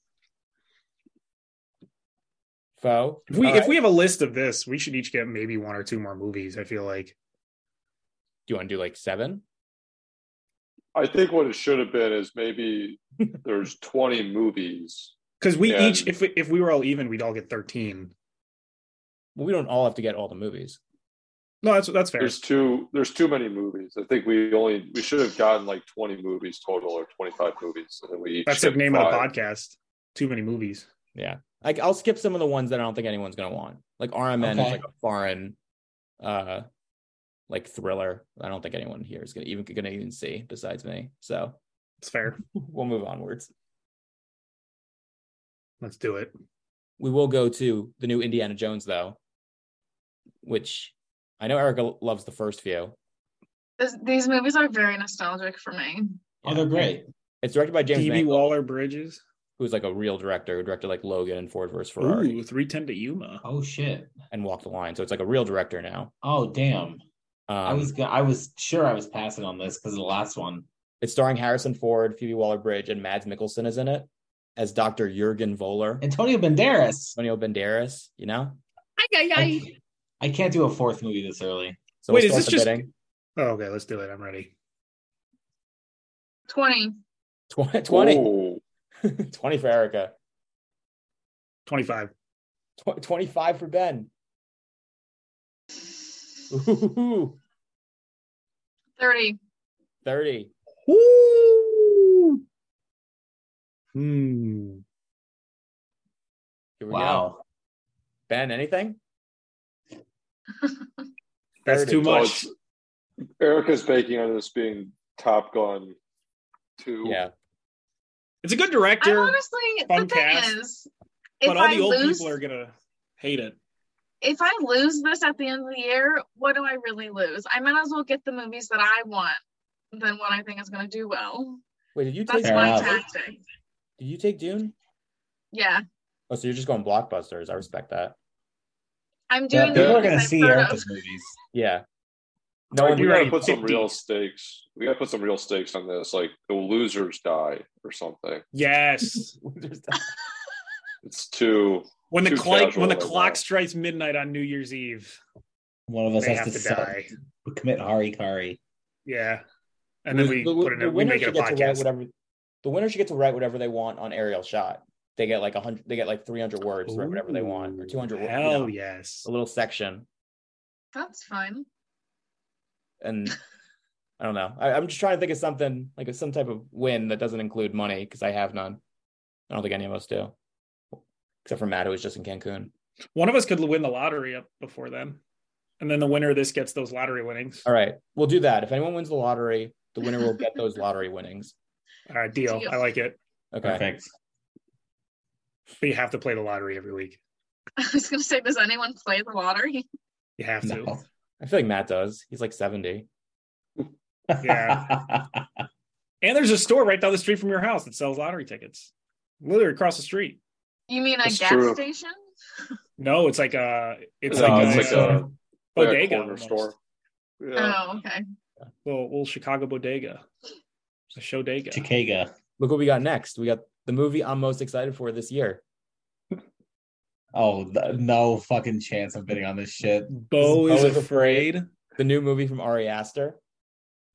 Speaker 3: Foe.
Speaker 5: If we
Speaker 3: All
Speaker 5: if
Speaker 3: right.
Speaker 5: we have a list of this, we should each get maybe one or two more movies. I feel like
Speaker 3: do you want to do like seven?
Speaker 6: I think what it should have been is
Speaker 5: [LAUGHS]
Speaker 6: maybe there's 20 movies.
Speaker 5: because we
Speaker 6: Yeah.
Speaker 5: each if we- if we were all even, we'd all get thirteen.
Speaker 3: Well, we don't all have to get all the movies.
Speaker 5: No, that's that's fair.
Speaker 6: There's too there's too many movies. I think we only we should have gotten like 20 movies total or 25 movies, and then we each
Speaker 5: That's the
Speaker 6: get
Speaker 5: name of the
Speaker 6: five.
Speaker 5: podcast. Too many movies.
Speaker 3: Like I'll skip some of the ones that I don't think anyone's gonna want. Like RMN is
Speaker 2: Okay.
Speaker 3: like a foreign uh like thriller. I don't think anyone here is gonna even gonna even see besides me. So [LAUGHS]
Speaker 5: It's fair.
Speaker 3: we'll move onwards.
Speaker 5: Let's do it.
Speaker 3: We will go to the new Indiana Jones though, which I know Erica loves the first few.
Speaker 4: This, these movies are very nostalgic for me.
Speaker 2: Oh, they're great.
Speaker 3: It's directed by James
Speaker 5: DB
Speaker 3: Mangold,
Speaker 5: Waller Bridges.
Speaker 3: who's like a real director who directed like Logan and Ford vs Ferrari
Speaker 5: Ooh, three ten to Yuma.
Speaker 2: Oh shit.
Speaker 3: and Walk the Line. So it's like a real director now.
Speaker 2: Oh damn.
Speaker 3: Um,
Speaker 2: I was go- I was sure I was passing on this because of the last one.
Speaker 3: It's starring Harrison Ford, Phoebe Waller-Bridge, and Mads Mikkelsen is in it as Dr. Jurgen Voller,
Speaker 2: Antonio Banderas.
Speaker 3: Antonio Banderas. You know.
Speaker 2: I, I can't do a fourth movie this early.
Speaker 3: So
Speaker 5: Wait, is
Speaker 3: start
Speaker 5: this
Speaker 3: the
Speaker 5: just-
Speaker 3: [LAUGHS] bidding.
Speaker 5: Oh, okay, let's do it. I'm ready.
Speaker 4: 20.
Speaker 3: 20, [LAUGHS] 20,
Speaker 6: Ooh,
Speaker 3: 20 for Erica,
Speaker 5: Twenty five.
Speaker 3: Tw- 25 for Ben. Ooh,
Speaker 4: 30.
Speaker 3: 30.
Speaker 5: Woo! Hmm.
Speaker 3: Here we go.
Speaker 2: Wow.
Speaker 3: Ben, anything?
Speaker 5: That's
Speaker 3: Thirty.
Speaker 5: too
Speaker 6: so
Speaker 5: much.
Speaker 6: it's- Erica's baking on this being Top Gun 2.
Speaker 3: Yeah.
Speaker 5: It's a good
Speaker 4: I
Speaker 5: director,
Speaker 4: honestly, the
Speaker 5: fun
Speaker 4: thing
Speaker 5: cast.
Speaker 4: is, if
Speaker 5: but all
Speaker 4: I
Speaker 5: the old
Speaker 4: lose,
Speaker 5: people are gonna hate it.
Speaker 4: if I lose this at the end of the year, what do I really lose? I might as well get the movies that I want than what I think is going to do well.
Speaker 3: Wait, did you take
Speaker 4: That's
Speaker 2: Fair
Speaker 4: my
Speaker 2: enough.
Speaker 4: tactic.
Speaker 3: did you take Dune?
Speaker 4: Yeah,
Speaker 3: Oh, so you're just going blockbusters. I respect that.
Speaker 4: I'm
Speaker 2: Yeah,
Speaker 4: doing.
Speaker 2: people
Speaker 4: the
Speaker 2: are gonna
Speaker 4: movies I've
Speaker 2: see
Speaker 4: heard of.
Speaker 2: Erica's movies.
Speaker 3: Yeah. No one.
Speaker 6: we gotta
Speaker 5: already
Speaker 6: put some
Speaker 5: picked
Speaker 6: real
Speaker 5: these.
Speaker 6: stakes. We gotta put some real stakes on this. Like the losers die or something.
Speaker 5: Yes.
Speaker 3: [LAUGHS]
Speaker 6: It's too.
Speaker 5: [LAUGHS] When the
Speaker 6: Too
Speaker 5: clock
Speaker 6: casual
Speaker 5: when the
Speaker 6: right
Speaker 5: clock
Speaker 6: now.
Speaker 5: strikes midnight on New Year's Eve,
Speaker 2: One of us
Speaker 5: they
Speaker 2: has
Speaker 5: have
Speaker 2: to,
Speaker 5: to
Speaker 2: sell-
Speaker 5: die.
Speaker 2: commit harikari.
Speaker 5: Yeah. And then we put it in, we
Speaker 3: winner
Speaker 5: make it a
Speaker 3: should get to write
Speaker 5: podcast.
Speaker 3: whatever. The winner should get to write whatever they want on aerial shot. They get like a hundred. They get like three hundred words to write whatever they want, or
Speaker 5: Ooh,
Speaker 3: two hundred.
Speaker 5: Hell yes.
Speaker 3: A little section,
Speaker 4: That's fun. [LAUGHS]
Speaker 3: and I don't know. I, I'm just trying to think of something like some type of win that doesn't include money because I have none. I don't think any of us do, except for Matt, who was just in Cancun.
Speaker 5: One of us could win the lottery up before then. And then the winner of this gets those lottery winnings.
Speaker 3: All right, we'll do that. If anyone wins the lottery, the winner will get those lottery winnings.
Speaker 5: All right, deal.
Speaker 4: Deal.
Speaker 5: I like it.
Speaker 3: Okay.
Speaker 2: Perfect.
Speaker 5: But you have to play the lottery every week.
Speaker 4: I was gonna say, does anyone play the lottery?
Speaker 5: You have to.
Speaker 2: No.
Speaker 3: I feel like Matt does. He's like seventy.
Speaker 2: [LAUGHS]
Speaker 5: Yeah. And there's a store right down the street from your house that sells lottery tickets. Literally across the street.
Speaker 4: You mean a
Speaker 6: That's
Speaker 4: gas
Speaker 6: true.
Speaker 4: station?
Speaker 5: No, it's like a it's
Speaker 6: No,
Speaker 5: like,
Speaker 6: it's
Speaker 5: a,
Speaker 6: like a- like a
Speaker 5: bodega
Speaker 6: corner
Speaker 5: Oh, almost.
Speaker 6: store. Yeah.
Speaker 4: Oh, okay.
Speaker 5: little, little Chicago bodega. It's a showdega.
Speaker 2: Chikaga.
Speaker 3: Look what we got next. We got the movie I'm most excited for this year.
Speaker 2: Oh, th- no fucking chance of bidding on this shit.
Speaker 5: Bo
Speaker 3: Bo
Speaker 5: is
Speaker 3: is
Speaker 5: afraid.
Speaker 3: the new movie from Ari Aster.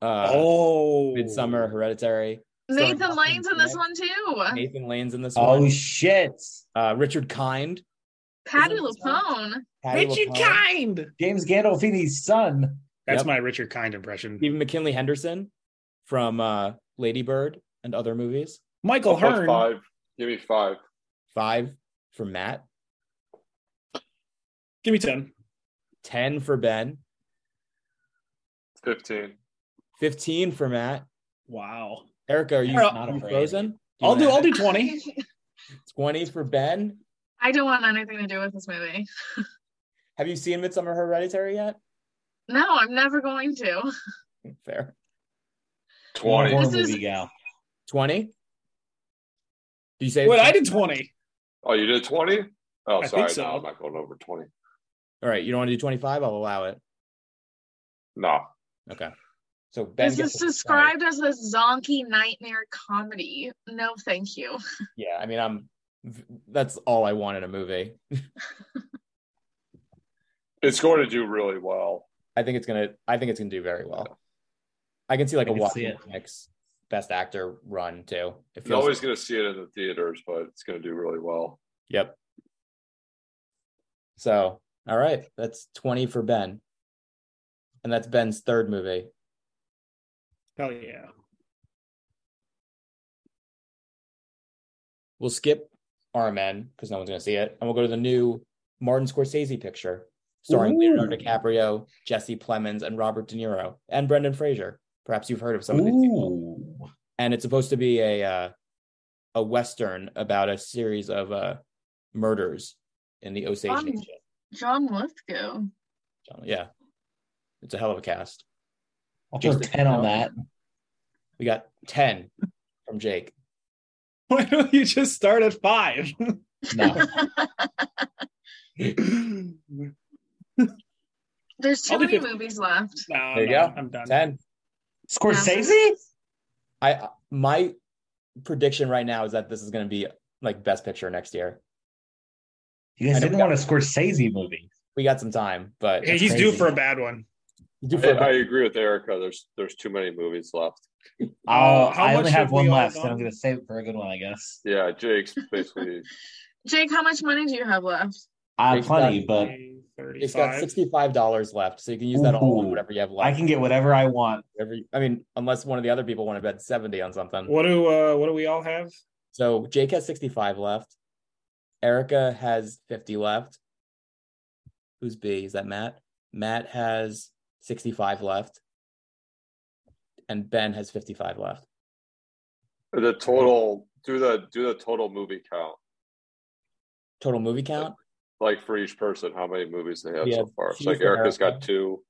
Speaker 3: Uh,
Speaker 5: oh,
Speaker 3: Midsummer, Hereditary. starring
Speaker 4: Nathan
Speaker 3: Joaquin
Speaker 4: Lane's in this
Speaker 3: Phoenix.
Speaker 4: one too.
Speaker 3: Nathan Lane's in this one.
Speaker 2: Oh shit.
Speaker 3: Uh, Richard Kind.
Speaker 4: Patty
Speaker 3: Isn't this one?
Speaker 4: LuPone.
Speaker 3: Patty
Speaker 5: Richard
Speaker 3: LuPone,
Speaker 5: Kind.
Speaker 2: James Gandolfini's son.
Speaker 5: That's
Speaker 3: Yep.
Speaker 5: my Richard Kind impression.
Speaker 3: Stephen McKinley Henderson from uh, Lady Bird and other movies.
Speaker 5: Michael
Speaker 6: I'll put
Speaker 5: Hearn.
Speaker 6: Five. Give me five.
Speaker 3: Five for Matt.
Speaker 5: Give me ten.
Speaker 3: Ten for Ben.
Speaker 6: Fifteen.
Speaker 3: Fifteen for Matt.
Speaker 5: Wow.
Speaker 3: Erica, are you,
Speaker 5: Erica,
Speaker 3: not
Speaker 2: I'm afraid.
Speaker 3: frozen? you
Speaker 5: I'll do.
Speaker 3: wanna
Speaker 5: I'll
Speaker 3: add
Speaker 5: do twenty.
Speaker 3: Twenty for Ben.
Speaker 4: [LAUGHS] I don't want anything to do with this movie.
Speaker 3: Have you seen Midsummer Hereditary yet? [LAUGHS]
Speaker 4: No, I'm never going to.
Speaker 3: Fair.
Speaker 6: Twenty.
Speaker 2: Horror
Speaker 4: This is-
Speaker 2: movie gal.
Speaker 3: Twenty. Do you say?
Speaker 5: Wait, I did twenty.
Speaker 6: Oh, you did twenty? Oh,
Speaker 5: I
Speaker 6: sorry.
Speaker 5: think so.
Speaker 6: No, I'm not going over twenty.
Speaker 3: All right, you don't want to do twenty-five. I'll allow it.
Speaker 6: No.
Speaker 3: Okay. So Ben
Speaker 4: this
Speaker 3: gets
Speaker 4: is
Speaker 3: to-
Speaker 4: described as a zonky nightmare comedy. No, thank you.
Speaker 3: Yeah, I mean, I'm. That's all I want in a movie.
Speaker 6: It's going to do really well.
Speaker 3: I think it's gonna. I think it's gonna do very well. I can see like
Speaker 2: I
Speaker 3: a
Speaker 2: can see
Speaker 3: Joaquin
Speaker 2: it.
Speaker 3: Phoenix Best Actor run too. It feels.
Speaker 6: Nobody's going to see it in the theaters, but it's going to do really well.
Speaker 3: Yep. So all right, that's twenty for Ben, and that's Ben's third movie.
Speaker 5: Hell yeah. [LAUGHS]
Speaker 3: We'll skip RMN because no one's gonna see it, and we'll go to the new Martin Scorsese picture starring
Speaker 2: Ooh.
Speaker 3: Leonardo DiCaprio, Jesse Plemons, and Robert De Niro, and Brendan Fraser. Perhaps you've heard of some of these people.
Speaker 2: Ooh.
Speaker 3: and it's supposed to be a uh, a western about a series of uh, murders in the Osage
Speaker 4: Fun.
Speaker 3: Nation.
Speaker 4: John Lithgow.
Speaker 3: John- Yeah, it's a hell of a cast.
Speaker 2: I'll throw
Speaker 3: Jason
Speaker 2: 10 on
Speaker 3: Statham.
Speaker 2: that.
Speaker 3: We got ten from Jake.
Speaker 5: Why don't you just start at
Speaker 3: [LAUGHS]
Speaker 5: five?
Speaker 2: No.
Speaker 5: no,
Speaker 4: There's too
Speaker 5: I'll do
Speaker 4: many
Speaker 5: 50.
Speaker 4: movies left.
Speaker 3: There
Speaker 5: I'm
Speaker 3: you
Speaker 5: done.
Speaker 3: go.
Speaker 5: I'm done.
Speaker 3: Ten.
Speaker 2: Scorsese?
Speaker 3: I I- my prediction right now is that this is going to be like best picture next year.
Speaker 2: You
Speaker 3: I
Speaker 2: guys
Speaker 3: know
Speaker 2: didn't
Speaker 3: we
Speaker 2: want a Scorsese movie.
Speaker 3: We got some time, but
Speaker 5: Hey, he's due for a bad one.
Speaker 3: Do
Speaker 6: I,
Speaker 3: for-
Speaker 6: I agree with Erica. There's there's too many movies left.
Speaker 5: Uh,
Speaker 2: Oh,
Speaker 5: how
Speaker 2: I
Speaker 5: much
Speaker 2: only
Speaker 5: have
Speaker 2: have one
Speaker 5: we all
Speaker 2: left, and
Speaker 5: done?
Speaker 2: I'm going to save it for a good one, I guess.
Speaker 6: Yeah, Jake's basically [LAUGHS]
Speaker 4: Jake, how much money do you have left?
Speaker 2: I have Uh,
Speaker 3: It's
Speaker 2: plenty, but
Speaker 3: it's got
Speaker 5: 35.
Speaker 3: sixty-five dollars left, so you can use that all on
Speaker 2: Ooh.
Speaker 3: whatever you have left.
Speaker 2: I can get whatever I want.
Speaker 3: Whatever you- I mean, unless one of the other people want to bet seventy on something.
Speaker 5: What do uh, what do we all have?
Speaker 3: So Jake has 65 left. Erica has 50 left. Who's B? Is that Matt? Matt has 65 left. And Ben has 55 left.
Speaker 6: the total. Do the do the total movie count,
Speaker 3: Total movie count,
Speaker 6: like for each person, how many movies they have
Speaker 3: Yeah,
Speaker 6: so far. It's
Speaker 3: two
Speaker 6: like
Speaker 3: for
Speaker 6: Erica's got
Speaker 3: Erica.
Speaker 6: two.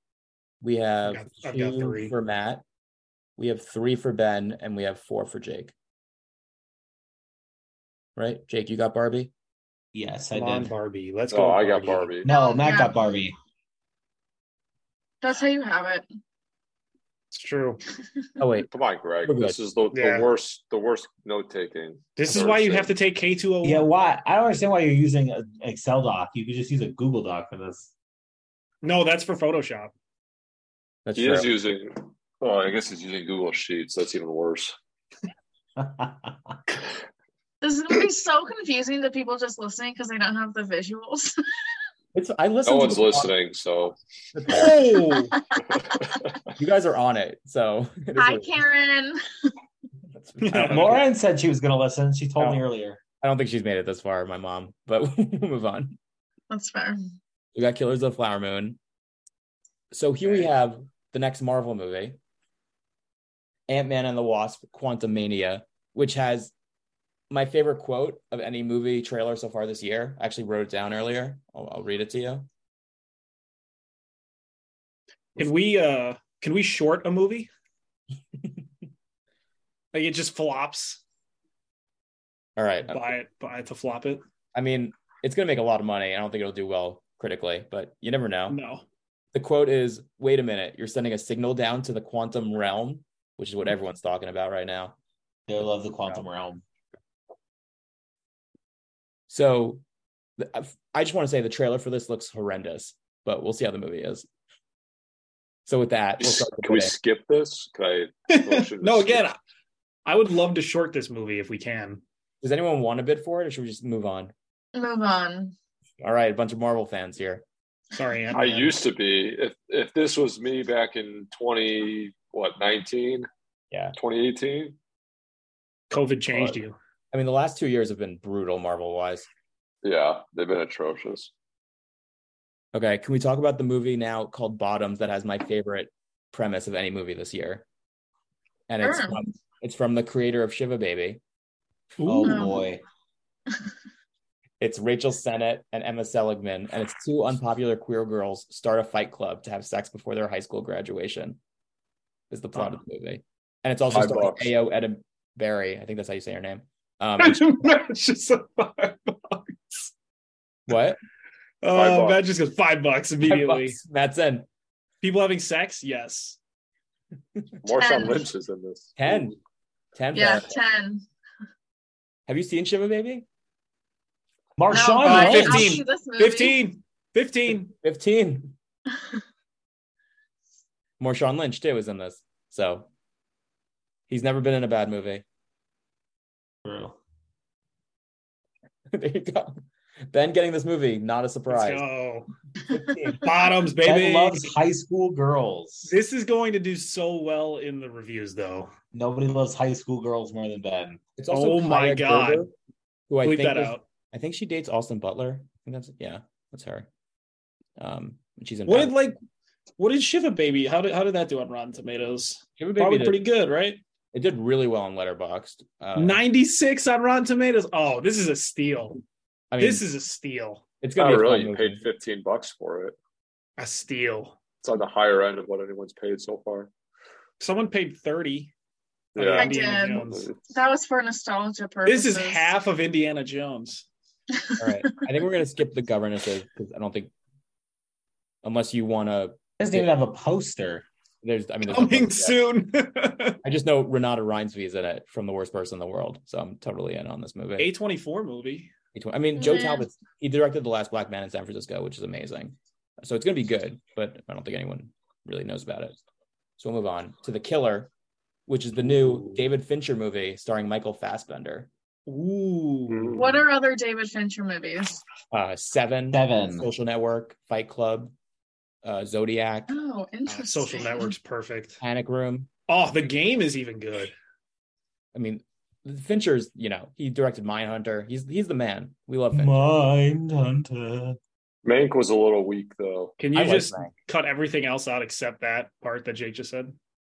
Speaker 3: we
Speaker 5: I've
Speaker 3: have
Speaker 5: got- I've got
Speaker 3: two
Speaker 5: three.
Speaker 3: for Matt. We have three for Ben and we have four for Jake. Right? Jake, you got Barbie?
Speaker 2: Yes, I
Speaker 5: Come on,
Speaker 2: did.
Speaker 5: Oh, Barbie. Let's
Speaker 6: No,
Speaker 5: go.
Speaker 4: Oh,
Speaker 6: I got Oh, Barbie.
Speaker 2: No, Matt
Speaker 4: Yeah.
Speaker 2: got Barbie.
Speaker 4: That's how you have it.
Speaker 5: It's true.
Speaker 3: Oh
Speaker 6: [LAUGHS]
Speaker 3: wait,
Speaker 6: Come on, Greg.
Speaker 3: We're good.
Speaker 6: This is the,
Speaker 5: Yeah.
Speaker 6: the worst. The worst note taking.
Speaker 5: This is why you have to take oh K2O.
Speaker 2: Yeah, why? I don't understand why you're using a- an Excel doc. You could just use a Google doc for [LAUGHS] this.
Speaker 5: No, that's for Photoshop.
Speaker 2: [LAUGHS]
Speaker 3: that's
Speaker 6: He
Speaker 3: true.
Speaker 6: is using. Oh, I guess he's using Google Sheets. That's even worse.
Speaker 4: This is gonna
Speaker 5: [COUGHS]
Speaker 4: be so confusing to people just listening because they don't have the visuals.
Speaker 3: It's I listen.
Speaker 6: No
Speaker 3: to
Speaker 6: one's
Speaker 3: the-
Speaker 6: listening, so
Speaker 5: Oh,
Speaker 3: You guys are on it, so [LAUGHS] it is
Speaker 4: Hi,
Speaker 3: what-
Speaker 4: Karen.
Speaker 3: that's- I,
Speaker 5: Yeah. [LAUGHS]
Speaker 3: don't,
Speaker 2: Lauren said she was going to listen. She told
Speaker 3: Oh.
Speaker 2: me earlier.
Speaker 3: I don't think she's made it this far, my mom. But [LAUGHS] we'll move on.
Speaker 4: That's fair.
Speaker 3: We got Killers of the Flower Moon. So here we have the next Marvel movie, Ant Man and the Wasp: Quantum Mania, which has my favorite quote of any movie trailer so far this year. I actually wrote it down earlier. I'll, I'll read it to you.
Speaker 5: can we uh can we short a movie? [LAUGHS] like it just flops.
Speaker 3: All right.
Speaker 5: Buy it, buy it to flop it.
Speaker 3: I mean, it's going to make a lot of money. I don't think it'll do well critically, but you never know.
Speaker 5: No.
Speaker 3: the quote is wait a minute you're sending a signal down to the quantum realm which is what everyone's talking about right now
Speaker 2: They love the quantum realm.
Speaker 3: so th- i just want to say the trailer for this looks horrendous but we'll see how the movie is so with that we'll start the
Speaker 6: can we
Speaker 3: bidding.
Speaker 6: skip this? Can I?
Speaker 5: [LAUGHS]
Speaker 6: Motion
Speaker 5: no,
Speaker 6: is-
Speaker 5: again, I- I would love to short this movie if we can.
Speaker 3: does anyone want to bid for it or should we just move on
Speaker 4: Move on.
Speaker 3: all right a bunch of marvel fans here
Speaker 5: Sorry, Ant.
Speaker 6: I used to be. If if this was me back in twenty what nineteen?
Speaker 3: Yeah.
Speaker 6: Twenty eighteen.
Speaker 5: COVID changed you.
Speaker 3: i mean the last two years have been brutal marvel wise
Speaker 6: Yeah, they've been atrocious.
Speaker 3: okay can we talk about the movie now called bottoms that has my favorite premise of any movie this year and it's
Speaker 4: Sure.
Speaker 3: from, it's from the creator of shiva baby
Speaker 2: Oh
Speaker 4: Ooh.
Speaker 2: boy.
Speaker 3: It's Rachel Sennett and Emma Seligman, and it's two unpopular queer girls start a fight club to have sex before their high school graduation. Is the plot of the movie, and it's also
Speaker 6: Five
Speaker 3: starring
Speaker 6: bucks.
Speaker 3: Ayo Edinbury. I think that's how you say her name. Um,
Speaker 5: [LAUGHS] Matt just said five bucks.
Speaker 3: [LAUGHS] what?
Speaker 5: Uh,
Speaker 6: bucks.
Speaker 5: Matt just goes five bucks immediately.
Speaker 3: Five bucks. That's in
Speaker 5: People having sex? Yes.
Speaker 6: Marshawn
Speaker 4: Ten.
Speaker 6: Lynch is in this.
Speaker 3: ten. Ten.
Speaker 4: Yeah,
Speaker 3: for-
Speaker 4: ten.
Speaker 3: Have you seen Shiva Baby?
Speaker 2: Marshawn
Speaker 4: no, but
Speaker 5: Lynch.
Speaker 4: I'll
Speaker 5: 15.
Speaker 4: see this movie.
Speaker 5: 15. 15.
Speaker 4: [LAUGHS]
Speaker 3: Fifteen. Marshawn Lynch too is in this, so he's never been in a bad movie. [LAUGHS]
Speaker 2: Lynch.
Speaker 3: there you go. Ben getting this movie, not a
Speaker 5: Let's
Speaker 3: surprise.
Speaker 5: go.
Speaker 3: 15.
Speaker 5: Bottoms,
Speaker 2: Ben
Speaker 5: baby.
Speaker 2: loves high school girls.
Speaker 5: This is going to do so well in the reviews, though.
Speaker 2: Nobody loves high school girls more than Ben.
Speaker 3: It's also
Speaker 5: Oh my
Speaker 3: Kaya
Speaker 5: God.
Speaker 3: Gerber, who I
Speaker 5: Bleep
Speaker 3: think
Speaker 5: that
Speaker 3: was-
Speaker 5: out.
Speaker 3: I think she dates Austin Butler. I think that's yeah, that's her. Um, and she's in.
Speaker 5: What
Speaker 3: What
Speaker 5: did like? What did Shiva Baby? How did how did that do on Rotten Tomatoes?
Speaker 3: Shiva Baby
Speaker 5: Probably
Speaker 3: did,
Speaker 5: pretty good, right?
Speaker 3: it did really well on Letterboxd. Uh,
Speaker 5: Ninety six on Rotten Tomatoes. Oh, this is a steal.
Speaker 3: I mean,
Speaker 5: this is a steal.
Speaker 3: it's
Speaker 6: Not
Speaker 3: gonna be a fun
Speaker 6: Oh, really. You
Speaker 3: movie.
Speaker 6: paid fifteen bucks for it.
Speaker 5: A steal.
Speaker 6: It's on the higher end of what anyone's paid so far.
Speaker 5: Someone paid thirty. for
Speaker 6: Yeah.
Speaker 5: Oh, Indiana
Speaker 4: I did.
Speaker 5: Jones.
Speaker 4: That was for nostalgia purposes.
Speaker 5: This is half of Indiana Jones.
Speaker 3: All right, I think we're gonna skip the governesses because I don't think, unless you want to.
Speaker 2: Doesn't even have a poster.
Speaker 3: There's, I mean, there's no
Speaker 5: Coming
Speaker 3: vote yet.
Speaker 5: soon. [LAUGHS]
Speaker 3: I just know Renata Reinsve is in it from The Worst Person in the World, so I'm totally in on this movie.
Speaker 5: A twenty four movie.
Speaker 3: Each one- I mean, Joe
Speaker 4: Yeah.
Speaker 3: Talbot, he directed The Last Black Man in San Francisco, which is amazing. So it's going to be good, but I don't think anyone really knows about it. So we'll move on to The Killer, which is the new David Fincher movie starring Michael Fassbender. Mm-hmm.
Speaker 5: Ooh.
Speaker 4: What are other David Fincher movies?
Speaker 3: Uh, Seven,
Speaker 2: Seven.
Speaker 3: Social Network, Fight Club, uh, Zodiac,
Speaker 4: Oh, interesting.
Speaker 5: Social networks perfect.
Speaker 3: Panic Room.
Speaker 5: Oh, the game is even good.
Speaker 3: I mean, Fincher's, you know, he directed Mindhunter. He's he's the man. We love Fincher.
Speaker 2: Mind hunter.
Speaker 6: Mank was a little weak though.
Speaker 5: Can
Speaker 3: I
Speaker 5: you
Speaker 3: like
Speaker 5: just
Speaker 3: Mank.
Speaker 5: cut everything else out except that part that Jake just said?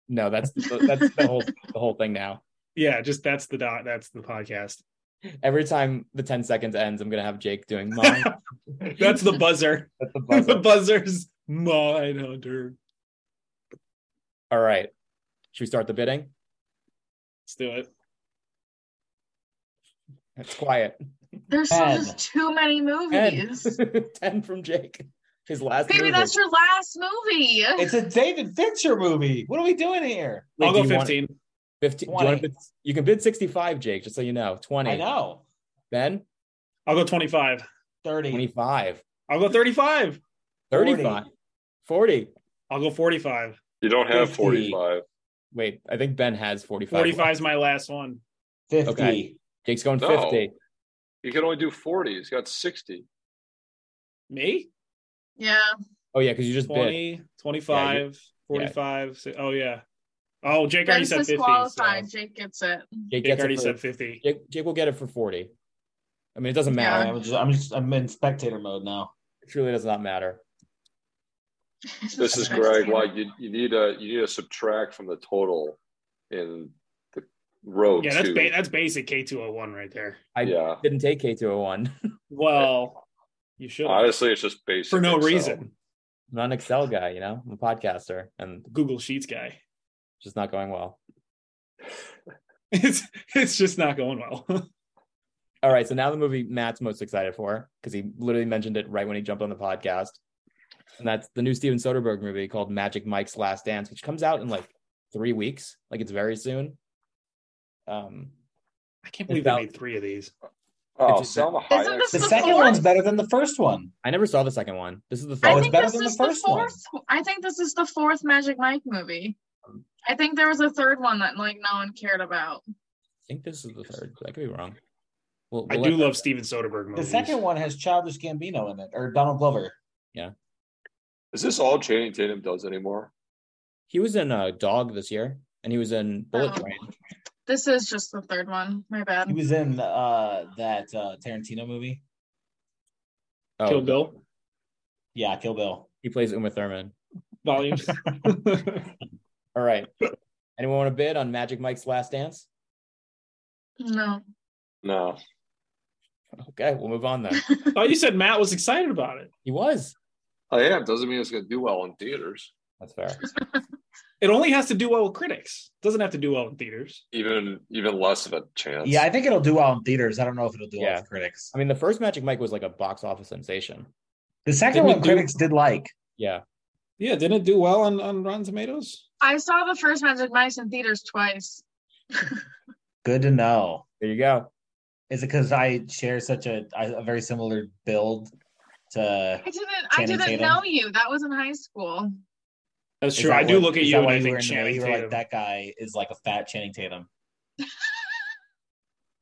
Speaker 3: No, that's that's the whole the whole thing now.
Speaker 5: Yeah, just that's the dot. That's the podcast.
Speaker 3: Every time the 10 seconds ends, I'm gonna have Jake doing mine.
Speaker 5: That's the buzzer.
Speaker 3: [LAUGHS] That's the buzzer.
Speaker 5: [LAUGHS] the buzzer's mine hunter.
Speaker 3: All right. Should we start the bidding?
Speaker 5: Let's do it.
Speaker 3: It's quiet.
Speaker 4: There's
Speaker 2: Ten.
Speaker 4: just too many
Speaker 3: 10. [LAUGHS]
Speaker 4: movies.
Speaker 3: 10 from Jake. His last
Speaker 4: Baby,
Speaker 3: movie.
Speaker 4: that's your last movie.
Speaker 2: It's a David Fincher movie. What are we doing here?
Speaker 3: Wait,
Speaker 5: I'll
Speaker 3: do
Speaker 5: go
Speaker 3: you want-
Speaker 5: 15.
Speaker 3: 15 do you, wanna
Speaker 2: 20.
Speaker 3: bid- you can bid 65, Jake, just so you know. 20.
Speaker 2: I know.
Speaker 3: Ben,
Speaker 5: I'll go 25.
Speaker 2: 30.
Speaker 3: 25.
Speaker 5: I'll go 35.
Speaker 3: 35. 40.
Speaker 5: I'll go 45.
Speaker 6: You don't have
Speaker 2: 50.
Speaker 6: 45.
Speaker 3: Wait, I think Ben has 45.
Speaker 5: 45 is my last one.
Speaker 2: 50.
Speaker 3: Okay. Jake's going
Speaker 6: No.
Speaker 3: 50.
Speaker 6: You can only do 40. He's got 60.
Speaker 5: Me?
Speaker 4: Yeah.
Speaker 3: Oh, yeah, because you just bid.
Speaker 5: 20, 25, 45. si- oh, yeah. Oh, Jake already
Speaker 4: Ben's
Speaker 5: said 50. so
Speaker 4: disqualified. Jake gets it.
Speaker 5: Jake
Speaker 3: Jake, gets it
Speaker 5: already
Speaker 3: for-
Speaker 5: said 50.
Speaker 3: Jake, Jake will get it for 40. I mean, it doesn't
Speaker 4: Yeah.
Speaker 2: All right,
Speaker 3: matter.
Speaker 2: I'm just, I'm just, I'm in spectator mode now.
Speaker 3: It truly does not matter.
Speaker 6: This is Greg. Like you, you need a you need a subtract from the total in the row
Speaker 5: Yeah, that's
Speaker 6: two.
Speaker 5: ba- that's basic K201 right there.
Speaker 3: I
Speaker 6: yeah.
Speaker 3: didn't take K201. [LAUGHS] I'm
Speaker 5: Well, you should have.
Speaker 6: Honestly, it's just basic
Speaker 5: for no
Speaker 6: Excel.
Speaker 5: reason.
Speaker 3: not an Excel guy, you know? I'm a podcaster and it's
Speaker 5: Google Sheets guy. [LAUGHS]
Speaker 3: just not going well.
Speaker 5: It's it's just not going well. [LAUGHS]
Speaker 3: All right, so now the movie Matt's most excited for because he literally mentioned it right when he jumped on the podcast, and that's the new Steven Soderbergh movie called Magic Mike's Last Dance, which comes out in like three weeks. Like it's very soon. Um,
Speaker 5: I can't believe
Speaker 3: Without-
Speaker 5: they made three of these.
Speaker 6: Oh,
Speaker 3: It's a-
Speaker 6: Selma
Speaker 4: Isn't
Speaker 6: Hayek.
Speaker 4: this
Speaker 2: The
Speaker 4: the
Speaker 2: second
Speaker 4: fourth?
Speaker 2: one's better than the first one.
Speaker 3: I never saw the second one. This is the
Speaker 4: I
Speaker 3: third.
Speaker 2: Oh, it's
Speaker 4: think
Speaker 2: better
Speaker 4: this
Speaker 2: than the
Speaker 4: is
Speaker 2: first one.
Speaker 4: fourth. I think this is the fourth Magic Mike movie. I think there was a third one that like no one cared about.
Speaker 3: I think this is the third. but I could be wrong. Well,
Speaker 5: I
Speaker 3: we'll
Speaker 5: do
Speaker 3: let-
Speaker 5: love Steven Soderbergh
Speaker 2: The
Speaker 5: movies.
Speaker 2: second one has Childish Gambino in it, or Donald Glover.
Speaker 6: Is this all Channing Tatum does anymore?
Speaker 3: He was in uh, Dog this year, and he was in Bullet
Speaker 4: Oh.
Speaker 3: Train.
Speaker 4: This is just the third one. My bad.
Speaker 2: He was
Speaker 5: Um,
Speaker 2: in uh, that uh, Tarantino movie.
Speaker 3: Oh,
Speaker 5: Kill Bill
Speaker 2: Yeah, Kill Bill.
Speaker 3: He plays Uma Thurman. [LAUGHS]
Speaker 5: volumes.
Speaker 3: All right. Anyone want to bid on Magic Mike's Last Dance?
Speaker 4: No.
Speaker 6: No.
Speaker 3: Okay, we'll move on
Speaker 4: [LAUGHS]
Speaker 3: then.
Speaker 5: oh, you said Matt was excited about it.
Speaker 3: He was.
Speaker 6: I am. Oh, Doesn't mean it's going to do well in theaters.
Speaker 3: That's fair.
Speaker 5: It only has to do well with critics. doesn't have to do well in theaters.
Speaker 6: Even even less of a chance.
Speaker 2: Yeah, I think it'll do well in theaters. I don't know if it'll do well
Speaker 3: Yeah.
Speaker 2: with critics.
Speaker 5: Um,
Speaker 3: I mean, the first Magic Mike was like a box office sensation.
Speaker 2: The second
Speaker 3: Didn't it
Speaker 2: one
Speaker 3: do-
Speaker 2: critics did like.
Speaker 3: Yeah.
Speaker 5: Yeah, didn't it do well on, on Rotten Tomatoes?
Speaker 4: I saw the first Magic Mice in theaters twice.
Speaker 2: Good to know.
Speaker 3: There you go.
Speaker 2: Is it because I share such a, a very similar build to?
Speaker 4: I didn't I
Speaker 2: Channing
Speaker 4: didn't
Speaker 2: Tatum.
Speaker 4: know you. That was in high school.
Speaker 5: That's
Speaker 2: is
Speaker 5: true. I
Speaker 2: that
Speaker 5: do
Speaker 2: what-
Speaker 5: look at
Speaker 2: is
Speaker 5: you
Speaker 2: that
Speaker 5: and
Speaker 2: why
Speaker 5: I
Speaker 2: you were
Speaker 5: think
Speaker 2: in the movie?
Speaker 5: Channing
Speaker 2: You were
Speaker 5: Tatum.
Speaker 2: Like that guy is like a fat Channing Tatum.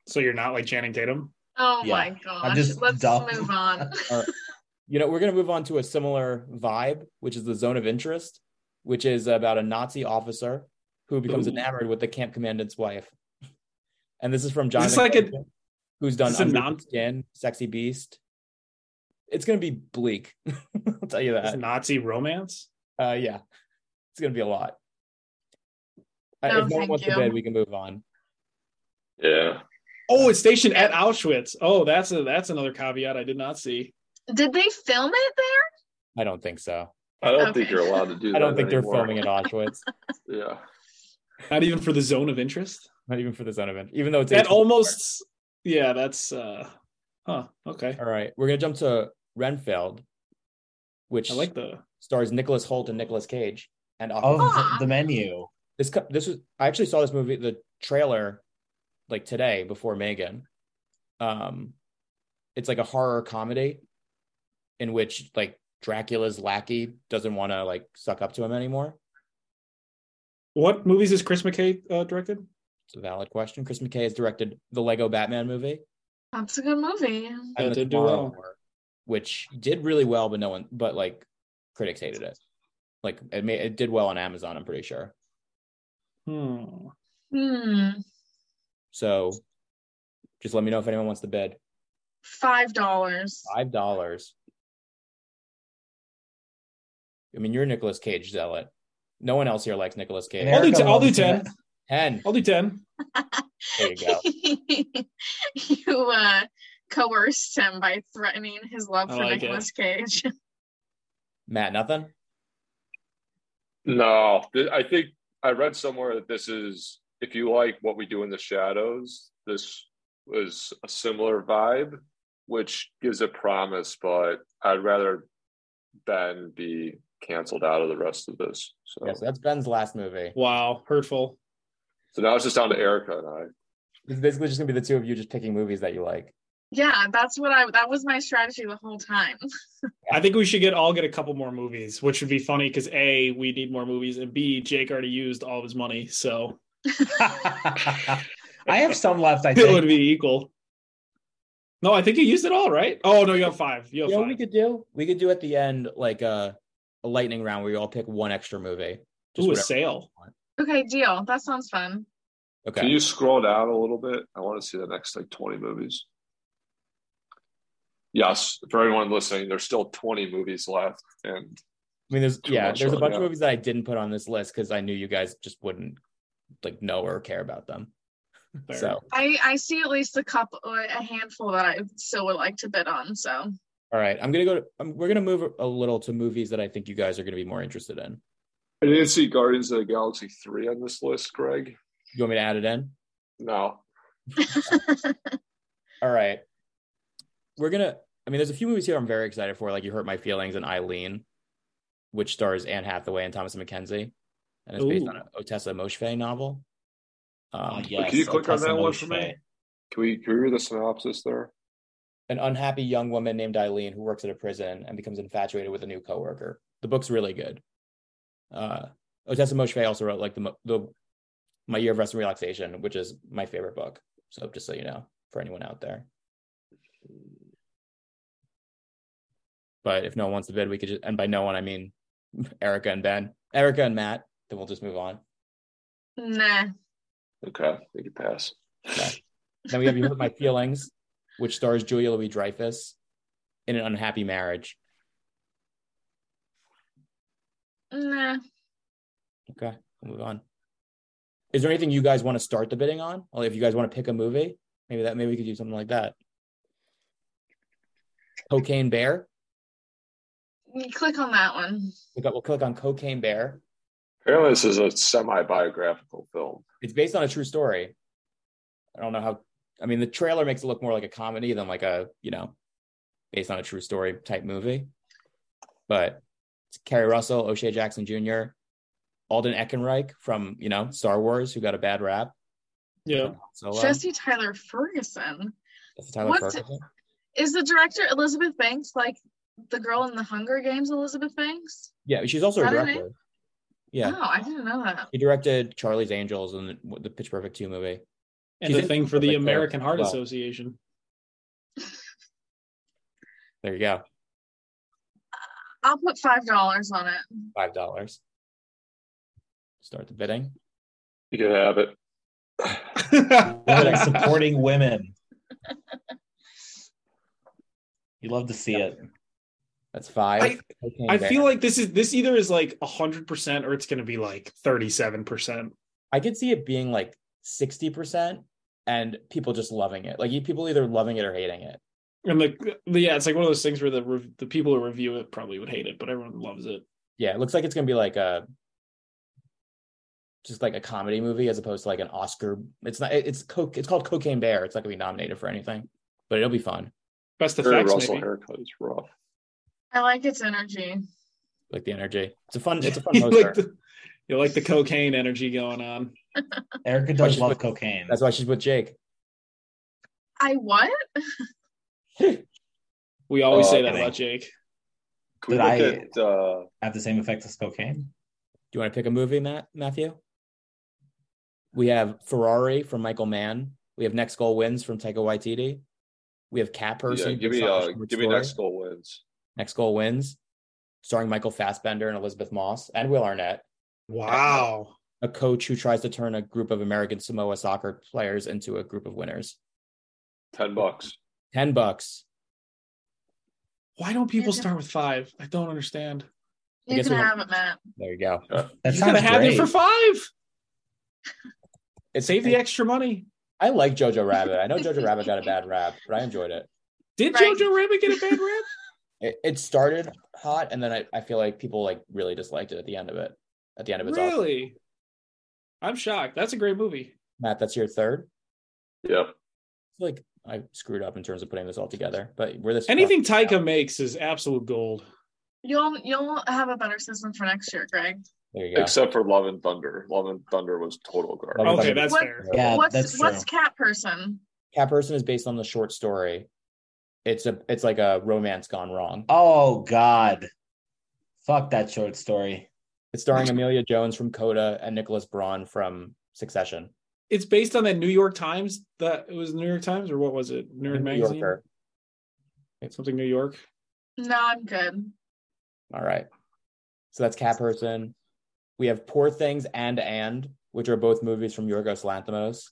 Speaker 5: So you're not like Channing Tatum?
Speaker 4: Oh
Speaker 2: Yeah.
Speaker 4: my gosh.
Speaker 2: just
Speaker 4: Let's
Speaker 2: dumb.
Speaker 4: move on.
Speaker 3: You know, we're going to move on to a similar vibe, which is the zone of interest, which is about a Nazi officer who becomes
Speaker 5: Ooh.
Speaker 3: enamored with the camp commandant's wife. [LAUGHS] And this is from John,
Speaker 5: this like a-
Speaker 3: McClane, who's done
Speaker 5: is this a
Speaker 3: Under
Speaker 5: non-
Speaker 3: the Skin, Sexy Beast. It's going to be bleak. [LAUGHS] I'll tell you
Speaker 5: It's
Speaker 3: that.
Speaker 5: Nazi romance?
Speaker 3: Uh, yeah, it's going to be a lot. Uh, if
Speaker 4: No,
Speaker 3: no one
Speaker 4: thank
Speaker 3: wants to
Speaker 4: you.
Speaker 3: bid, we can move on.
Speaker 6: Yeah.
Speaker 5: Oh, it's stationed at Auschwitz. Oh, that's a that's another caveat I did not see.
Speaker 4: Did they film it there?
Speaker 3: I don't think so.
Speaker 6: I don't
Speaker 4: Okay.
Speaker 6: think you're allowed to do that.
Speaker 3: I don't think they're
Speaker 6: anymore.
Speaker 3: filming at Auschwitz.
Speaker 6: Yeah.
Speaker 5: Not even for the zone of interest.
Speaker 3: not even for the zone event, even though it's
Speaker 5: That
Speaker 3: 18.
Speaker 5: almost yeah, that's uh huh, okay.
Speaker 3: All right, we're gonna jump to Renfield, which
Speaker 5: I like the
Speaker 3: stars Nicholas Holt and Nicolas Cage. And
Speaker 2: Of
Speaker 3: oh.
Speaker 4: Aw.
Speaker 2: the
Speaker 5: [LAUGHS]
Speaker 2: menu, [LAUGHS]
Speaker 3: this co- this was I actually saw this movie the trailer like today before Megan. Um, it's like a horror comedy in which like Dracula's lackey doesn't want to like suck up to him anymore.
Speaker 5: what movies is Chris McKay uh, directed?
Speaker 3: It's a valid question. Chris McKay has directed the Lego Batman movie.
Speaker 4: That's a good movie.
Speaker 5: That
Speaker 3: and the
Speaker 5: did do
Speaker 3: Tomorrow
Speaker 5: well.
Speaker 3: War, which did really well, but no one, but like critics hated it. Like it made it did well on Amazon, I'm pretty sure.
Speaker 5: Hmm.
Speaker 4: Hmm.
Speaker 3: So just let me know if anyone wants to bid
Speaker 4: Five dollars.
Speaker 3: five dollars. I mean, you're a Nicolas Cage zealot. No one else here likes Nicolas Cage.
Speaker 5: I'll do,
Speaker 2: Erica
Speaker 5: ten, I'll do
Speaker 2: loves
Speaker 5: 10.
Speaker 3: Ten.
Speaker 5: I'll do 10.
Speaker 3: There you go.
Speaker 4: [LAUGHS] you uh, coerced him by threatening his love
Speaker 3: Oh,
Speaker 5: I
Speaker 4: for
Speaker 5: like it.
Speaker 4: Nicolas Cage. [LAUGHS]
Speaker 3: Matt, nothing.
Speaker 6: No, th- I think I read somewhere that this is if you like what we do in the shadows, this was a similar vibe, which gives a promise, but I'd rather Ben be canceled out of the rest of this. So,
Speaker 3: Yeah, so that's Ben's last movie.
Speaker 5: Wow, hurtful.
Speaker 6: so now it's just down to Erica and I.
Speaker 3: It's basically just gonna be the two of you just picking movies that you like.
Speaker 4: Yeah, that's what I that was my strategy the whole time.
Speaker 5: I think we should get all get a couple more movies, which would be funny because a we need more movies, and b Jake already used all of his money, so
Speaker 2: I have some left. I
Speaker 5: it would
Speaker 2: think.
Speaker 5: be equal. No, I think you used it all, right? Oh no, you have five. You have
Speaker 3: you know what we
Speaker 5: five.
Speaker 3: could do? We could do at the end like a, a lightning round where you all pick one extra movie.
Speaker 5: Ooh, a
Speaker 3: whatever.
Speaker 5: sale.
Speaker 4: Okay, deal. That sounds fun.
Speaker 6: Can
Speaker 3: Okay.
Speaker 6: you scroll down a little bit? I want to see the next like 20 movies. Yes, for everyone listening, there's still 20 movies left. And
Speaker 3: I mean, there's
Speaker 6: Too
Speaker 3: yeah,
Speaker 6: much
Speaker 3: there's a
Speaker 6: on,
Speaker 3: bunch of
Speaker 6: yeah.
Speaker 3: movies that I didn't put on this list because I knew you guys just wouldn't like know or care about them.
Speaker 5: Fair.
Speaker 3: So
Speaker 4: I I see at least a couple or a handful that I still would like to bid on. So
Speaker 3: all right, I'm gonna go. To, um, we're gonna move a little to movies that I think you guys are gonna be more interested in.
Speaker 6: I didn't see Guardians of the Galaxy 3 on this list, Greg.
Speaker 3: You want me to add it in?
Speaker 6: No.
Speaker 3: All right. We're gonna I mean there's a few movies here I'm very excited for, like You Hurt My Feelings and Eileen, which stars Anne Hathaway and Thomas McKenzie. And it's based
Speaker 5: Ooh.
Speaker 3: on an Otessa Moshe novel. Um,
Speaker 2: Oh, yes.
Speaker 6: Can you click on that one for me?
Speaker 3: Moshe.
Speaker 6: Can we, can we read the synopsis there?
Speaker 3: An unhappy young woman named Eileen who works at a prison and becomes infatuated with a new coworker. The book's really good. Uh, Otessa Moshe also wrote like the mo- the My Year of Rest and Relaxation, which is my favorite book. So just so you know, for anyone out there. But if no one wants to bid, we could just, and by no one, I mean Erica and Ben, Erica and Matt, then we'll just move on.
Speaker 4: nah.
Speaker 6: Okay, we can pass.
Speaker 3: Then we have You Hurt My Feelings, which stars Julia Louis Dreyfus in an unhappy marriage.
Speaker 4: Nah.
Speaker 3: Okay, we'll move on. Is there anything you guys want to start the bidding on? Or if you guys want to pick a movie, maybe that, maybe we could do something like that. Cocaine Bear.
Speaker 4: You click on that one.
Speaker 3: We got, we'll click on Cocaine Bear.
Speaker 6: Apparently, this is a semi biographical film.
Speaker 3: it's based on a true story. I don't know how. I mean, the trailer makes it look more like a comedy than like a you know, based on a true story type movie. But it's Kerry Russell, O'Shea Jackson Jr., Alden Ehrenreich from you know Star Wars, who got a bad rap.
Speaker 5: Yeah.
Speaker 3: Solo.
Speaker 4: Jesse Tyler Ferguson
Speaker 3: That's Tyler
Speaker 4: what-
Speaker 3: Ferguson.
Speaker 4: is the director Elizabeth Banks, like the girl in the Hunger Games, Elizabeth Banks.
Speaker 3: Yeah, she's also a
Speaker 4: I don't know.
Speaker 3: director. Yeah,
Speaker 4: Oh, I didn't know that.
Speaker 3: she directed Charlie's Angels and the, the Pitch Perfect two movie.
Speaker 5: And
Speaker 3: She's
Speaker 5: the
Speaker 3: in
Speaker 5: thing for
Speaker 3: Perfect
Speaker 5: the
Speaker 3: Fair
Speaker 5: American
Speaker 3: as
Speaker 5: Heart
Speaker 3: well.
Speaker 5: Association.
Speaker 3: There you go,
Speaker 4: I'll put five dollars on it.
Speaker 3: five dollars. Start the bidding.
Speaker 6: You can have it.
Speaker 2: Women
Speaker 5: [LAUGHS]
Speaker 2: are supporting women. You love to see it.
Speaker 3: That's five.
Speaker 5: I-
Speaker 3: Cocaine
Speaker 5: I
Speaker 3: Bear.
Speaker 5: feel like this is this either is like hundred percent or it's gonna be like thirty-seven percent.
Speaker 3: I could see it being like 60% and people just loving it. Like you- people either loving it or hating it.
Speaker 5: And the, the yeah, it's like one of those things where the rev- the people who review it probably would hate it, but everyone loves it.
Speaker 3: Yeah, it looks like it's going to be like a just like a comedy movie as opposed to like an Oscar. It's not it's coke it's called Cocaine Bear. It's not going to be nominated for anything, but it'll be fun.
Speaker 5: Best
Speaker 6: Harry
Speaker 5: effects,
Speaker 6: Russell
Speaker 5: maybe.
Speaker 6: haircut is rough.
Speaker 4: I like its energy.
Speaker 3: Like the energy. It's a fun it's a
Speaker 5: [LAUGHS]
Speaker 3: fun
Speaker 5: you, [LAUGHS]
Speaker 3: poster.
Speaker 5: like the, you like the cocaine energy going on.
Speaker 2: Erica
Speaker 3: Why
Speaker 2: does
Speaker 3: she's
Speaker 2: love
Speaker 3: with-
Speaker 2: cocaine.
Speaker 3: That's why she's with Jake.
Speaker 4: I what?
Speaker 5: We always
Speaker 6: Oh,
Speaker 5: say that
Speaker 2: okay.
Speaker 5: about Jake.
Speaker 6: Can we
Speaker 2: Did
Speaker 6: look at uh,
Speaker 2: Have the same effect as cocaine.
Speaker 3: Do you want to pick a movie, Matt Matthew? We have Ferrari from Michael Mann. We have Next Goal Wins from Taika Waititi. We have Cat Person.
Speaker 6: yeah, give
Speaker 3: based
Speaker 6: me
Speaker 3: off a
Speaker 6: uh,
Speaker 3: short
Speaker 6: give me
Speaker 3: story.
Speaker 6: next goal wins.
Speaker 3: Next Goal Wins, starring Michael Fassbender and Elizabeth Moss and Will Arnett,
Speaker 5: Wow.
Speaker 3: a coach who tries to turn a group of American Samoa soccer players into a group of winners.
Speaker 6: Ten bucks.
Speaker 3: 10 bucks.
Speaker 5: Why don't people
Speaker 4: Yeah.
Speaker 5: start with five? I don't understand.
Speaker 3: I
Speaker 4: You
Speaker 3: guess
Speaker 4: can
Speaker 3: we don't-
Speaker 4: have it, Matt.
Speaker 3: There you go.
Speaker 2: That
Speaker 5: you could
Speaker 2: sounds
Speaker 5: have had
Speaker 2: great.
Speaker 5: it for five.
Speaker 3: It's,
Speaker 5: Save the extra money.
Speaker 3: I like Jojo Rabbit. I know Jojo Rabbit got a bad rap, but I enjoyed it.
Speaker 5: Did
Speaker 4: Right.
Speaker 5: Jojo Rabbit get a
Speaker 4: [LAUGHS]
Speaker 5: bad rap?
Speaker 3: It, it started hot, and then I, I feel like people like really disliked it at the end of it. At the end of its awesome.
Speaker 5: really? I'm shocked. That's a great movie.
Speaker 3: Matt, that's your third.
Speaker 6: Yep.
Speaker 3: I feel like I screwed up in terms of putting this all together, but we're this
Speaker 5: Anything Taika makes is absolute gold.
Speaker 4: You'll you'll have a better system for next year, Greg.
Speaker 3: There you go.
Speaker 6: Except for Love and Thunder. Love and Thunder was total garbage.
Speaker 3: Love and
Speaker 5: Okay,
Speaker 3: Thunder.
Speaker 5: that's
Speaker 4: What-
Speaker 5: fair.
Speaker 2: Yeah,
Speaker 4: what's
Speaker 2: that's
Speaker 4: what's cat person?
Speaker 3: Cat Person is based on the short story. It's a it's like a romance gone wrong.
Speaker 2: Oh God, fuck that short story.
Speaker 3: It's starring Amelia Jones from Coda and Nicholas Braun from Succession.
Speaker 5: It's based on that New York Times. That it was New York Times or what was it? New York
Speaker 3: New
Speaker 5: Magazine.
Speaker 3: Yorker.
Speaker 5: Something New York.
Speaker 4: No, I'm good.
Speaker 3: All right. So that's Cat Person. We have Poor Things and And, which are both movies from Yorgos Lanthimos.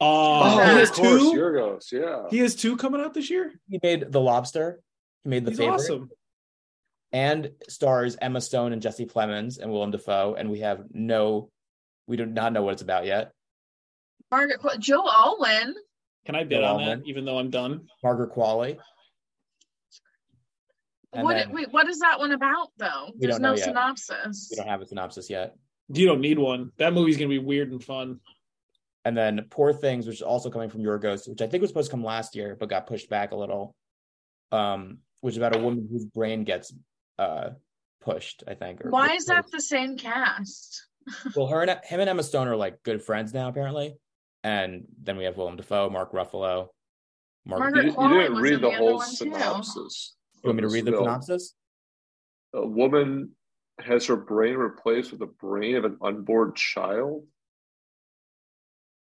Speaker 5: Oh,
Speaker 4: Yeah.
Speaker 5: he has
Speaker 6: of course,
Speaker 5: two.
Speaker 6: Yorgos, yeah.
Speaker 5: He has two coming out this year.
Speaker 3: He made The Lobster. He made The
Speaker 5: He's
Speaker 3: Favorite.
Speaker 5: awesome.
Speaker 3: and stars Emma Stone and Jesse Plemons and Willem Dafoe. And we have no, we do not know what it's about yet.
Speaker 4: Margaret Qu- Joe Alwyn.
Speaker 5: Can I bid
Speaker 3: Go
Speaker 5: on
Speaker 3: on,
Speaker 5: that?
Speaker 3: Lynn.
Speaker 5: Even though I'm done,
Speaker 3: Margaret Qualley. And
Speaker 4: What
Speaker 3: then-
Speaker 4: wait, what is that one about though?
Speaker 3: We
Speaker 4: There's
Speaker 3: don't know
Speaker 4: no
Speaker 3: yet.
Speaker 4: synopsis.
Speaker 3: We don't have a synopsis yet.
Speaker 5: you don't need one. That movie's gonna be weird and fun.
Speaker 3: And then Poor Things, which is also coming from Your Ghost, which I think was supposed to come last year, but got pushed back a little. Um, which is about a woman whose brain gets uh pushed, I think. or-
Speaker 4: Why is that the same cast?
Speaker 3: Well, her and him and Emma Stone are like good friends now, apparently. And then we have Willem Dafoe, Mark Ruffalo. Mark,
Speaker 4: Margaret-
Speaker 6: You,
Speaker 4: Margaret Qualley
Speaker 6: you didn't
Speaker 4: was in
Speaker 6: read
Speaker 4: the
Speaker 6: the
Speaker 4: other
Speaker 6: whole
Speaker 4: one, too.
Speaker 6: synopsis.
Speaker 3: you want me to
Speaker 6: of
Speaker 3: read
Speaker 6: this
Speaker 3: the
Speaker 6: film.
Speaker 3: synopsis?
Speaker 6: A woman has her brain replaced with the brain of an unborn child.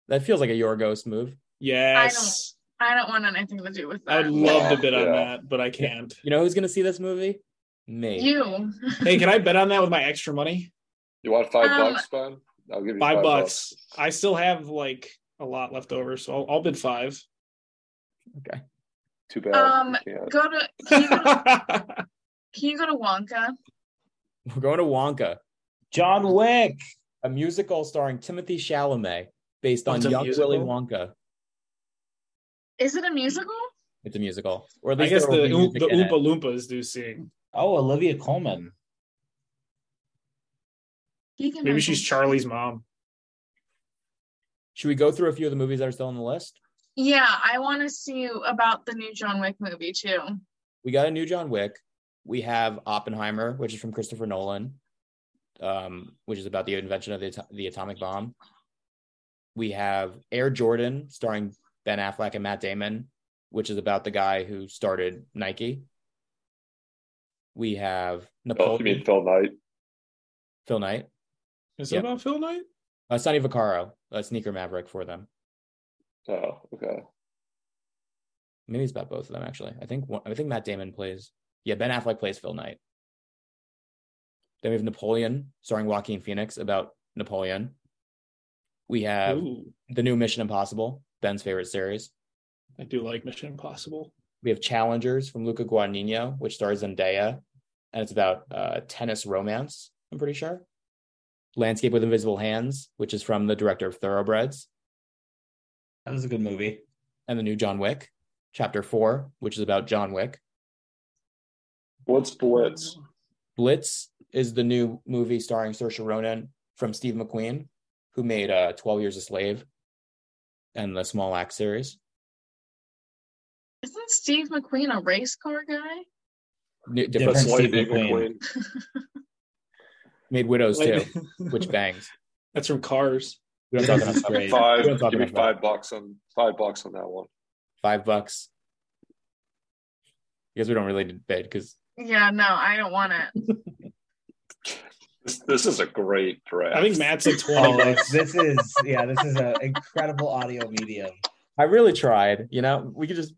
Speaker 3: That feels like a Your Ghost move.
Speaker 5: Yes,
Speaker 4: I don't want anything to do with
Speaker 5: I,
Speaker 4: that.
Speaker 5: would love to bid on
Speaker 6: Yeah.
Speaker 5: that, but I can't.
Speaker 3: You know who's gonna see this movie? Me.
Speaker 4: you.
Speaker 5: hey, can I bet on that with my extra money?
Speaker 6: You want five
Speaker 4: Um,
Speaker 6: bucks, Ben? I'll give you
Speaker 5: Five bucks. I still have like a lot left over, so I'll, I'll bid five. [LAUGHS]
Speaker 6: Too bad.
Speaker 4: Um,
Speaker 6: you can't.
Speaker 4: Go to can you go
Speaker 5: [LAUGHS]
Speaker 4: to,
Speaker 5: I
Speaker 4: can you go to Wonka?
Speaker 3: [LAUGHS] We're going to Wonka,
Speaker 2: John Wick.
Speaker 3: a musical starring Timothy Chalamet, based on
Speaker 5: Oh, It's a
Speaker 3: young
Speaker 5: musical?
Speaker 3: Willy Wonka.
Speaker 4: Is it a musical?
Speaker 3: It's a musical, or at least
Speaker 5: guess
Speaker 3: there will
Speaker 5: the
Speaker 3: be
Speaker 5: oom-
Speaker 3: music
Speaker 5: the
Speaker 3: in it.
Speaker 5: Oompa Loompas do sing.
Speaker 2: Oh, Olivia Coleman.
Speaker 4: He can
Speaker 5: Maybe
Speaker 4: make
Speaker 5: she's
Speaker 4: it.
Speaker 5: Charlie's mom.
Speaker 3: Should we go through a few of the movies that are still on the list?
Speaker 4: Yeah, I want to see about the new John Wick movie too.
Speaker 3: We got a new John Wick. We have Oppenheimer, which is from Christopher Nolan, um, which is about the invention of the, ato- the atomic bomb. We have Air Jordan, starring Ben Affleck and Matt Damon, which is about the guy who started Nike. We have
Speaker 6: Oh,
Speaker 3: Napoleon,
Speaker 6: you mean Phil Knight?
Speaker 3: Phil Knight,
Speaker 5: Is that
Speaker 3: Yep.
Speaker 5: about Phil Knight?
Speaker 3: uh, Sonny Vaccaro, a sneaker maverick for them.
Speaker 6: Oh, okay.
Speaker 3: Maybe it's about both of them actually. I think one, I think Matt Damon plays. Yeah, Ben Affleck plays Phil Knight. Then we have Napoleon, starring Joaquin Phoenix, about Napoleon. We have
Speaker 5: Ooh,
Speaker 3: the new Mission Impossible, Ben's favorite series.
Speaker 5: I do like Mission Impossible.
Speaker 3: We have Challengers from Luca Guadagnino, which stars Zendaya, and it's about uh, tennis romance. I'm pretty sure. Landscape with Invisible Hands, which is from the director of Thoroughbreds,
Speaker 2: That was a good movie.
Speaker 3: and the new John Wick, Chapter Four, which is about John Wick.
Speaker 6: What's Blitz?
Speaker 3: Blitz is the new movie starring Saoirse Ronan from Steve McQueen, who made uh, 12 Years a Slave and the Small Axe series.
Speaker 4: Isn't Steve McQueen a race car guy?
Speaker 3: New,
Speaker 2: Different
Speaker 3: different,
Speaker 6: That's
Speaker 2: Steve
Speaker 6: Lightning
Speaker 2: McQueen.
Speaker 6: McQueen.
Speaker 3: made Widows too,
Speaker 5: Like- [LAUGHS]
Speaker 3: which bangs.
Speaker 5: That's from Cars.
Speaker 3: We don't talk enough about
Speaker 2: Great.
Speaker 6: Five.
Speaker 3: We don't talk
Speaker 6: Give me
Speaker 3: enough about
Speaker 6: five bucks on five bucks on that one.
Speaker 3: Five bucks. Because we don't really bid because
Speaker 4: Yeah, no, I don't want [LAUGHS] it.
Speaker 6: This, this is a great
Speaker 5: [LAUGHS]
Speaker 6: draft.
Speaker 5: I think Matt's at twenty
Speaker 2: Oh,
Speaker 5: bucks.
Speaker 2: it's- this is yeah, this is an incredible audio medium.
Speaker 3: I really tried. You know, we could just.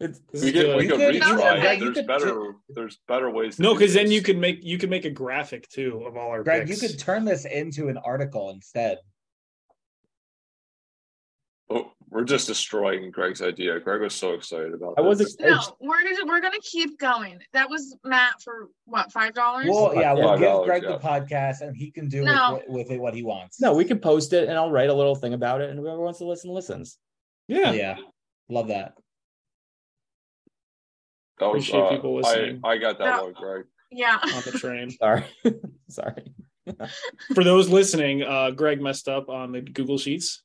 Speaker 3: It's,
Speaker 5: This
Speaker 6: we
Speaker 5: is
Speaker 6: could
Speaker 5: good.
Speaker 6: we could
Speaker 2: You could-
Speaker 6: retry.
Speaker 2: yeah,
Speaker 6: it.
Speaker 2: you
Speaker 6: there's
Speaker 2: could-
Speaker 6: better there's better ways. To
Speaker 5: No,
Speaker 6: do
Speaker 5: because then
Speaker 6: this.
Speaker 5: you can make you can make a graphic too of all our
Speaker 2: Greg, you
Speaker 5: picks.
Speaker 2: could turn this into an article instead.
Speaker 6: Oh, we're just destroying Greg's idea. Greg was so excited about.
Speaker 3: I was
Speaker 6: this.
Speaker 3: ex-
Speaker 4: No, we're gonna we're gonna keep going. that was Matt for what five dollars.
Speaker 2: Well, yeah, we'll
Speaker 6: Five
Speaker 2: give
Speaker 6: dollars,
Speaker 2: Greg the
Speaker 6: yeah.
Speaker 2: podcast, and he can do
Speaker 4: No.
Speaker 2: with, with it what he wants.
Speaker 3: No, we can post it and I'll write a little thing about it and whoever wants to listen listens.
Speaker 5: yeah.
Speaker 2: yeah, love that.
Speaker 6: That was, uh,
Speaker 5: Appreciate people
Speaker 6: I-
Speaker 5: listening.
Speaker 6: I, got that
Speaker 4: No.
Speaker 6: one, Greg.
Speaker 4: yeah. [LAUGHS]
Speaker 5: on the train.
Speaker 3: Sorry. [LAUGHS] Sorry.
Speaker 5: For those listening, uh, Greg messed up on the Google Sheets.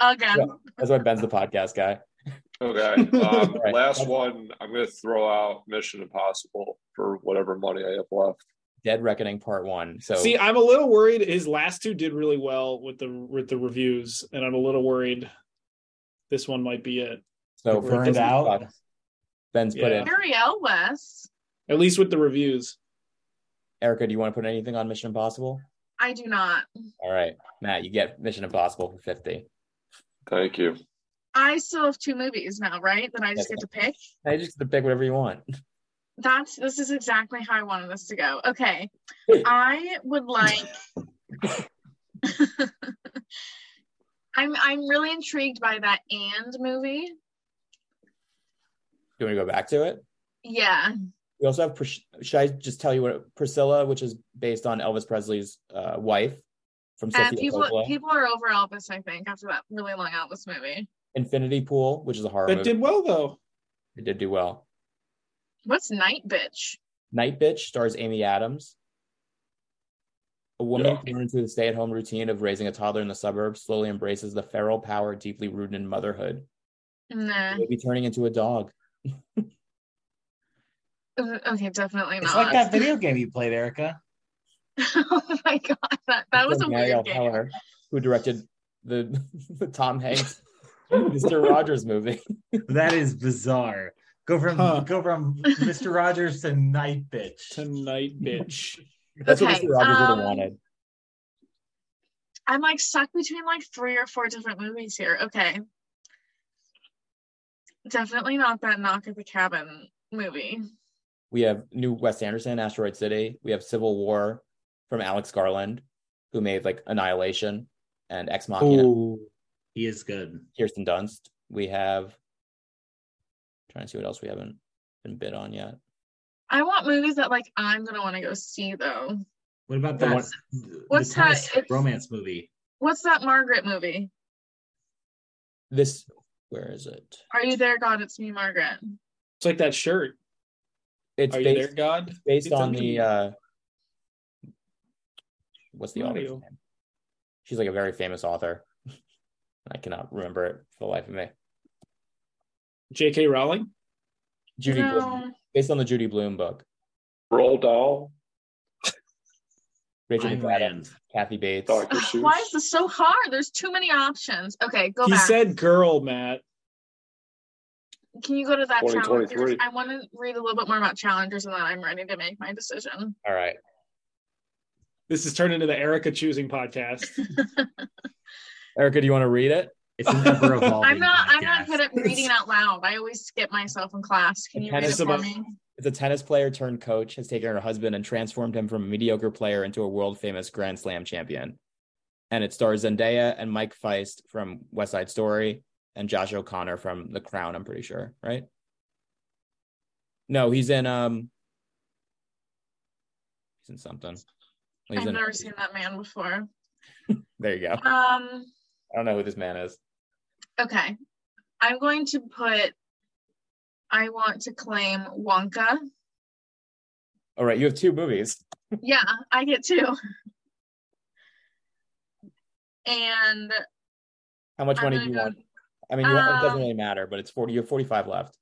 Speaker 4: Again,
Speaker 3: That's why Ben's the podcast guy.
Speaker 5: [LAUGHS]
Speaker 6: Okay. Um,
Speaker 3: Right.
Speaker 6: Last one. I'm going to throw out Mission Impossible for whatever money I have left.
Speaker 3: Dead Reckoning Part One. So
Speaker 5: See, I'm a little worried. His last two did really well with the with the reviews, and I'm a little worried this one might be it.
Speaker 3: so
Speaker 2: Burned
Speaker 3: Disney
Speaker 2: Out?
Speaker 3: Fox, Ben's put
Speaker 5: Yeah.
Speaker 3: in.
Speaker 4: Harry Elwes.
Speaker 5: At least with the reviews.
Speaker 3: Erica, do you want to put anything on Mission Impossible?
Speaker 4: I do not.
Speaker 3: All right, Matt, you get Mission Impossible for fifty.
Speaker 6: Thank you.
Speaker 4: I still have two movies now, right? That I just
Speaker 3: Yes.
Speaker 4: get to pick.
Speaker 3: I just get to pick whatever you [LAUGHS] want.
Speaker 4: That's this is exactly how I wanted this to go. Okay. I would like [LAUGHS] I'm I'm really intrigued by that and movie.
Speaker 3: Do you want to go back to it?
Speaker 4: Yeah.
Speaker 3: We also have. Pris- Should I just tell you what Priscilla, which is based on Elvis Presley's uh, wife from Sophia
Speaker 4: And Uh, people
Speaker 3: Coppola,
Speaker 4: people are over Elvis, I think, after that really long Elvis movie.
Speaker 3: Infinity Pool, which is a horror
Speaker 5: That
Speaker 3: movie.
Speaker 5: did well though.
Speaker 3: it did do well.
Speaker 4: What's Night Bitch?
Speaker 3: Night Bitch stars Amy Adams. A woman
Speaker 6: Yeah.
Speaker 3: thrown into the stay at home routine of raising a toddler in the suburbs slowly embraces the feral power deeply rooted in motherhood.
Speaker 4: Nah.
Speaker 3: Maybe turning into a dog.
Speaker 4: Uh, Okay, definitely
Speaker 2: It's
Speaker 4: not.
Speaker 2: like that video game you played, Erica.
Speaker 4: [LAUGHS] oh my god, that, that was a
Speaker 3: From Mariel
Speaker 4: weird game.
Speaker 3: Heller, who directed the, [LAUGHS] the Tom
Speaker 4: [LAUGHS]
Speaker 3: Hanks Mr. Rogers movie.
Speaker 2: That is bizarre. Go from
Speaker 5: Huh.
Speaker 2: go from Mr. Rogers to Night Bitch.
Speaker 5: Tonight, bitch.
Speaker 3: That's what
Speaker 4: Okay,
Speaker 3: Mr. Rogers would have
Speaker 4: um,
Speaker 3: wanted.
Speaker 4: I'm like stuck between like three or four different movies here. Okay. Definitely not that knock at the cabin movie.
Speaker 3: We have New West Anderson, Asteroid City. We have Civil War from Alex Garland, who made like Annihilation and Ex Machina.
Speaker 7: Ooh.
Speaker 8: He is good.
Speaker 3: Kirsten Dunst. We have trying to see what else we haven't been bid on yet.
Speaker 4: I want movies that like I'm gonna want to go see though.
Speaker 8: What about
Speaker 4: The
Speaker 8: that?
Speaker 4: one-
Speaker 8: the
Speaker 4: what's
Speaker 8: tennis
Speaker 4: that- it's-
Speaker 8: romance movie?
Speaker 4: What's that Margaret movie?
Speaker 3: This where is it?
Speaker 4: Are you there, God? It's me, Margaret.
Speaker 5: It's like that shirt.
Speaker 3: It's
Speaker 5: Are you there,
Speaker 3: based,
Speaker 5: God?
Speaker 3: based
Speaker 5: It's a
Speaker 3: on the
Speaker 5: movie.
Speaker 3: uh what's the author's
Speaker 5: Mario.
Speaker 3: name? She's like a very famous author. [LAUGHS] I cannot remember it for the life of me.
Speaker 5: J.K. Rowling.
Speaker 3: Judy Blume,
Speaker 4: no,
Speaker 3: based on the Judy Blume book.
Speaker 6: Roll Doll,
Speaker 3: Rachel
Speaker 8: Ayn
Speaker 3: McAdams,
Speaker 8: Rand.
Speaker 3: Kathy Bates.
Speaker 6: Dr.
Speaker 4: Ugh,
Speaker 6: Seuss.
Speaker 4: why is this so hard? There's too many options. Okay, go
Speaker 5: he
Speaker 4: back.
Speaker 5: said girl, Matt.
Speaker 4: Can you go to that challengers?
Speaker 6: 2023.
Speaker 4: I want to read a little bit more about challengers, and then I'm ready to make my decision.
Speaker 3: All right.
Speaker 5: This has turned into the Erica choosing
Speaker 4: [LAUGHS]
Speaker 5: podcast.
Speaker 3: Erica, do you want to read it?
Speaker 8: It's an ever
Speaker 5: Oh,
Speaker 8: evolving.
Speaker 4: I'm not. I'm not good at
Speaker 8: podcast.
Speaker 4: reading out loud. I always skip myself in class. Can you read it
Speaker 5: Tennis
Speaker 4: for
Speaker 5: about-
Speaker 4: me?
Speaker 3: It's a tennis player turned coach has taken her husband and transformed him from a mediocre player into a world famous Grand Slam champion. And it stars Zendaya and Mike Feist from West Side Story and Josh O'Connor from The Crown, I'm pretty sure, right? No, he's in um he's in something. He's
Speaker 4: I've
Speaker 3: in-
Speaker 4: never seen that man before.
Speaker 3: there you go. I
Speaker 4: Um.
Speaker 3: don't know who this man is.
Speaker 4: Okay. I'm going to put. I want to claim Wonka.
Speaker 3: All right, you have two movies.
Speaker 4: Yeah, I get two. And
Speaker 3: How much
Speaker 4: I'm
Speaker 3: money
Speaker 4: gonna
Speaker 3: do you
Speaker 4: go
Speaker 3: want? I mean, you want- it doesn't
Speaker 4: Um,
Speaker 3: really matter, but it's 40 you have 45 left.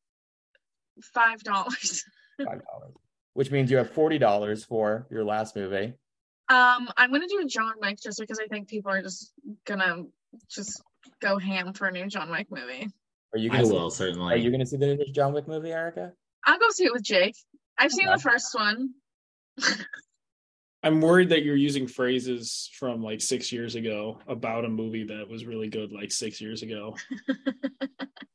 Speaker 4: five dollars.
Speaker 3: $5. Which means you have $40 for your last movie.
Speaker 4: Um, I'm gonna do a John Wick just because I think people are just gonna just go ham for a new John Wick movie.
Speaker 3: Are you
Speaker 8: I
Speaker 3: gonna see-
Speaker 8: will certainly.
Speaker 3: Are you going to see the new John Wick movie, Erica?
Speaker 4: I'll go see it with Jake. I've seen the
Speaker 3: Okay.
Speaker 4: first one. [LAUGHS]
Speaker 5: I'm worried that you're using phrases from like six years ago about a movie that was really good like six years ago.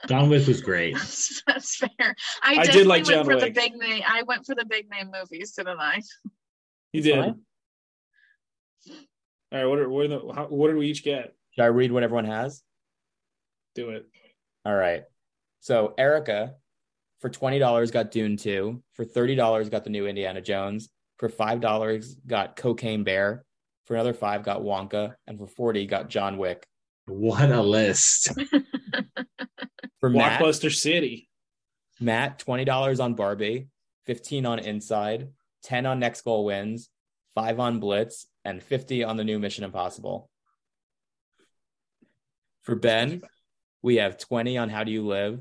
Speaker 8: John Wick was great.
Speaker 4: That's, that's fair. I,
Speaker 5: I
Speaker 4: definitely
Speaker 5: did like
Speaker 4: went
Speaker 5: John
Speaker 4: for the
Speaker 5: Wick.
Speaker 4: big name. I went for the big name movies, didn't I?
Speaker 5: He did.
Speaker 3: Fine.
Speaker 5: All right. What are, what are the, how, what did we each get?
Speaker 3: Should I read what everyone has?
Speaker 5: Do it.
Speaker 3: All right. So Erica, for twenty dollars, got Dune Two. For thirty dollars, got the new Indiana Jones. For five dollars, got Cocaine Bear. For another five, got Wonka, and for forty, got John Wick.
Speaker 8: What a list.
Speaker 3: For Matt,
Speaker 5: Blockbuster City.
Speaker 3: Matt, twenty dollars on Barbie, fifteen on Inside, ten on Next Goal Wins, five on Blitz, and fifty on the new Mission Impossible. For Ben, We have 20 on How Do You Live,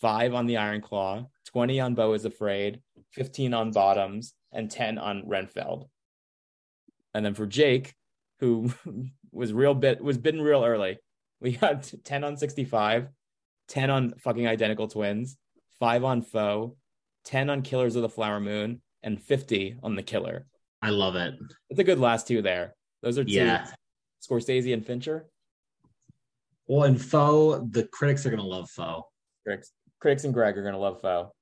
Speaker 3: five on The Iron Claw, 20 on Bo is Afraid, 15 on Bottoms, and 10 on Renfeld. And then for Jake, who [LAUGHS] was real bit was bitten real early, we got [LAUGHS] 10 on 65, 10 on fucking identical twins, five on foe, 10 on Killers of the Flower Moon, and 50 on the killer.
Speaker 2: I love it.
Speaker 3: It's a good last two there. Those are two
Speaker 2: Yeah.
Speaker 3: Scorsese and Fincher.
Speaker 2: Well, and Foe, the critics are gonna love Foe.
Speaker 3: Critics, critics and Greg are gonna love Foe.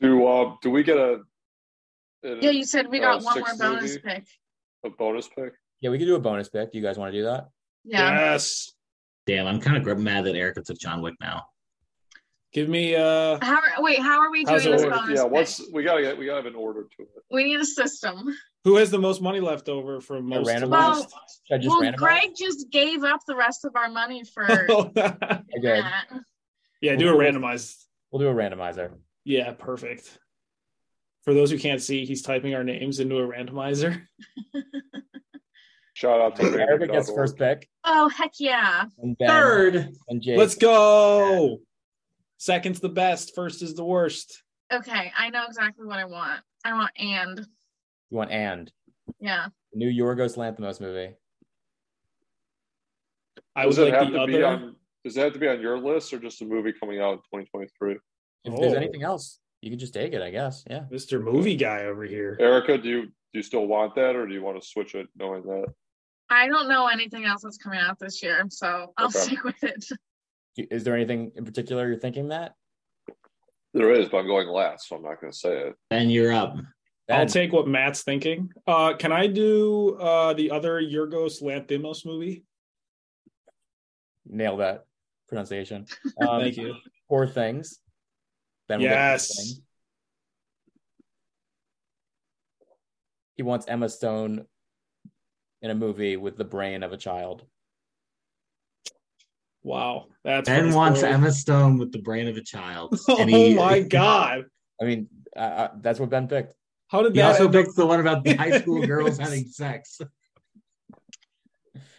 Speaker 6: Do uh, do we get a, a
Speaker 4: Yeah, you said we
Speaker 6: Uh,
Speaker 4: got one more
Speaker 6: sixth
Speaker 4: bonus
Speaker 6: movie?
Speaker 4: pick.
Speaker 6: a bonus pick?
Speaker 3: Yeah, we could do a bonus pick. Do you guys want to do that?
Speaker 4: Yeah.
Speaker 5: Yes.
Speaker 2: Damn, I'm kind of mad that Erica took John Wick now.
Speaker 5: Give me uh
Speaker 4: How are, wait, how are we doing
Speaker 5: How's it
Speaker 4: this
Speaker 5: work?
Speaker 4: bonus
Speaker 6: yeah,
Speaker 4: pick?
Speaker 6: what's we gotta get? We gotta have an order to it.
Speaker 4: We need a system.
Speaker 5: who has the most money left over from
Speaker 3: A
Speaker 5: most
Speaker 3: random
Speaker 4: Well,
Speaker 3: Should I just
Speaker 4: well,
Speaker 3: randomize?
Speaker 4: Greg just gave up the rest of our money
Speaker 5: [LAUGHS]
Speaker 4: for
Speaker 5: Oh,
Speaker 3: Okay, good.
Speaker 4: that.
Speaker 5: yeah, do a randomized.
Speaker 3: We'll do a randomizer.
Speaker 5: [LAUGHS] Yeah, perfect. For those who can't see, he's typing our names into a randomizer.
Speaker 6: Shout out to
Speaker 3: Erica
Speaker 6: random.org.
Speaker 3: gets first pick,
Speaker 4: Oh heck yeah!
Speaker 3: and Ben,
Speaker 2: Third.
Speaker 3: and Jake.
Speaker 5: Let's go. Second's the best, first is the worst.
Speaker 4: Okay, I know exactly what I want. I want and
Speaker 3: You want and
Speaker 4: yeah.
Speaker 3: new Yorgos Lanthimos movie?
Speaker 5: I
Speaker 6: does
Speaker 5: was
Speaker 6: it
Speaker 5: like
Speaker 6: have
Speaker 5: the
Speaker 6: to be
Speaker 5: other.
Speaker 6: on? Does it have to be on your list or just a movie coming out in 2023?
Speaker 3: If there's
Speaker 5: Oh.
Speaker 3: anything else, you can just take it. I guess. Yeah.
Speaker 5: Mr. Movie Guy over here.
Speaker 6: Erica, do you do you still want that or do you want to switch it knowing that?
Speaker 4: I don't know anything else that's coming out this year, so I'll
Speaker 6: Okay.
Speaker 4: stick with it.
Speaker 3: Do- Is there anything in particular you're thinking that?
Speaker 6: There is, but I'm going last, so I'm not going to say it.
Speaker 2: Ben, you're up.
Speaker 5: I'll
Speaker 3: Ben,
Speaker 5: take what Matt's thinking. Uh, can I do uh, the other Yorgos Lanthimos movie?
Speaker 3: nail that
Speaker 5: [LAUGHS]
Speaker 3: pronunciation. Um,
Speaker 5: Thank you.
Speaker 3: Poor things. Ben will get Poor
Speaker 5: Yes.
Speaker 3: Things. He wants Emma Stone in a movie with the brain of a child.
Speaker 5: Wow. That's
Speaker 2: Ben wants
Speaker 5: spoiled.
Speaker 2: Emma Stone with the brain of a
Speaker 3: [LAUGHS]
Speaker 2: child.
Speaker 5: [LAUGHS] Oh
Speaker 2: and he-
Speaker 5: my god.
Speaker 3: I mean, uh, uh, that's what Ben picked.
Speaker 5: How did
Speaker 2: He
Speaker 5: that end
Speaker 2: also
Speaker 5: up-
Speaker 2: picked the one about the high
Speaker 3: [LAUGHS]
Speaker 2: school girls having sex.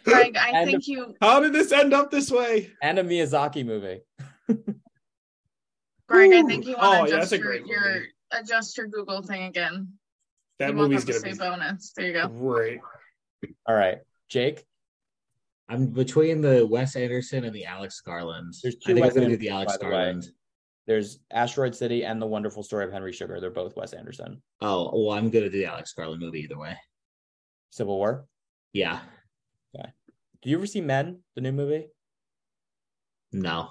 Speaker 4: Greg, I
Speaker 3: And-
Speaker 4: think you,
Speaker 5: How did this end up this way?
Speaker 3: And a Miyazaki movie.
Speaker 4: Greg, I
Speaker 5: Ooh.
Speaker 4: think you
Speaker 5: Oh,
Speaker 4: want
Speaker 5: yeah,
Speaker 4: to
Speaker 5: that's
Speaker 4: adjust
Speaker 5: a
Speaker 4: your,
Speaker 5: great
Speaker 4: your
Speaker 5: movie.
Speaker 4: adjust your Google thing again.
Speaker 5: That
Speaker 4: You won't
Speaker 5: movie's
Speaker 4: have to
Speaker 5: gonna be
Speaker 4: say bonus. There you go.
Speaker 5: great.
Speaker 3: All right, Jake.
Speaker 2: I'm between the Wes Anderson and the Alex Garland.
Speaker 3: There's two
Speaker 2: I think
Speaker 3: Wes
Speaker 2: I'm going to do the
Speaker 3: Andersons,
Speaker 2: Alex
Speaker 3: by the way.
Speaker 2: Garland.
Speaker 3: There's Asteroid City and The Wonderful Story of Henry Sugar. They're both Wes Anderson.
Speaker 2: Oh, well, I'm going to do the Alex Garland movie either way.
Speaker 3: Civil War.
Speaker 2: Yeah.
Speaker 3: Do you ever see Men, the new movie?
Speaker 2: No.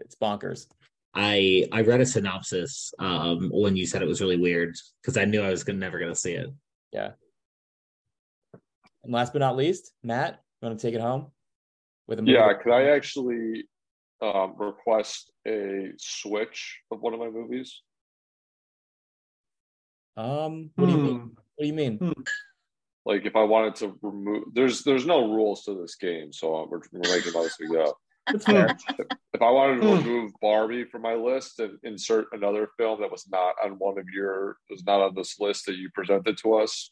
Speaker 3: It's bonkers.
Speaker 2: I I read a synopsis um when you said it was really weird because I knew I was gonna, never going to see it.
Speaker 3: And last but not least, Matt, you want to take it home with a movie?
Speaker 6: Yeah, could I actually um, request a switch of one of my movies?
Speaker 3: Um, what
Speaker 5: Hmm.
Speaker 3: do you mean? What do you mean?
Speaker 6: Like if I wanted to remove, there's there's no rules to this game, so we're, we're making it as we go.
Speaker 3: That's fair.
Speaker 6: If I wanted to
Speaker 5: Hmm.
Speaker 6: remove Barbie from my list and insert another film that was not on one of your was not on this list that you presented to us,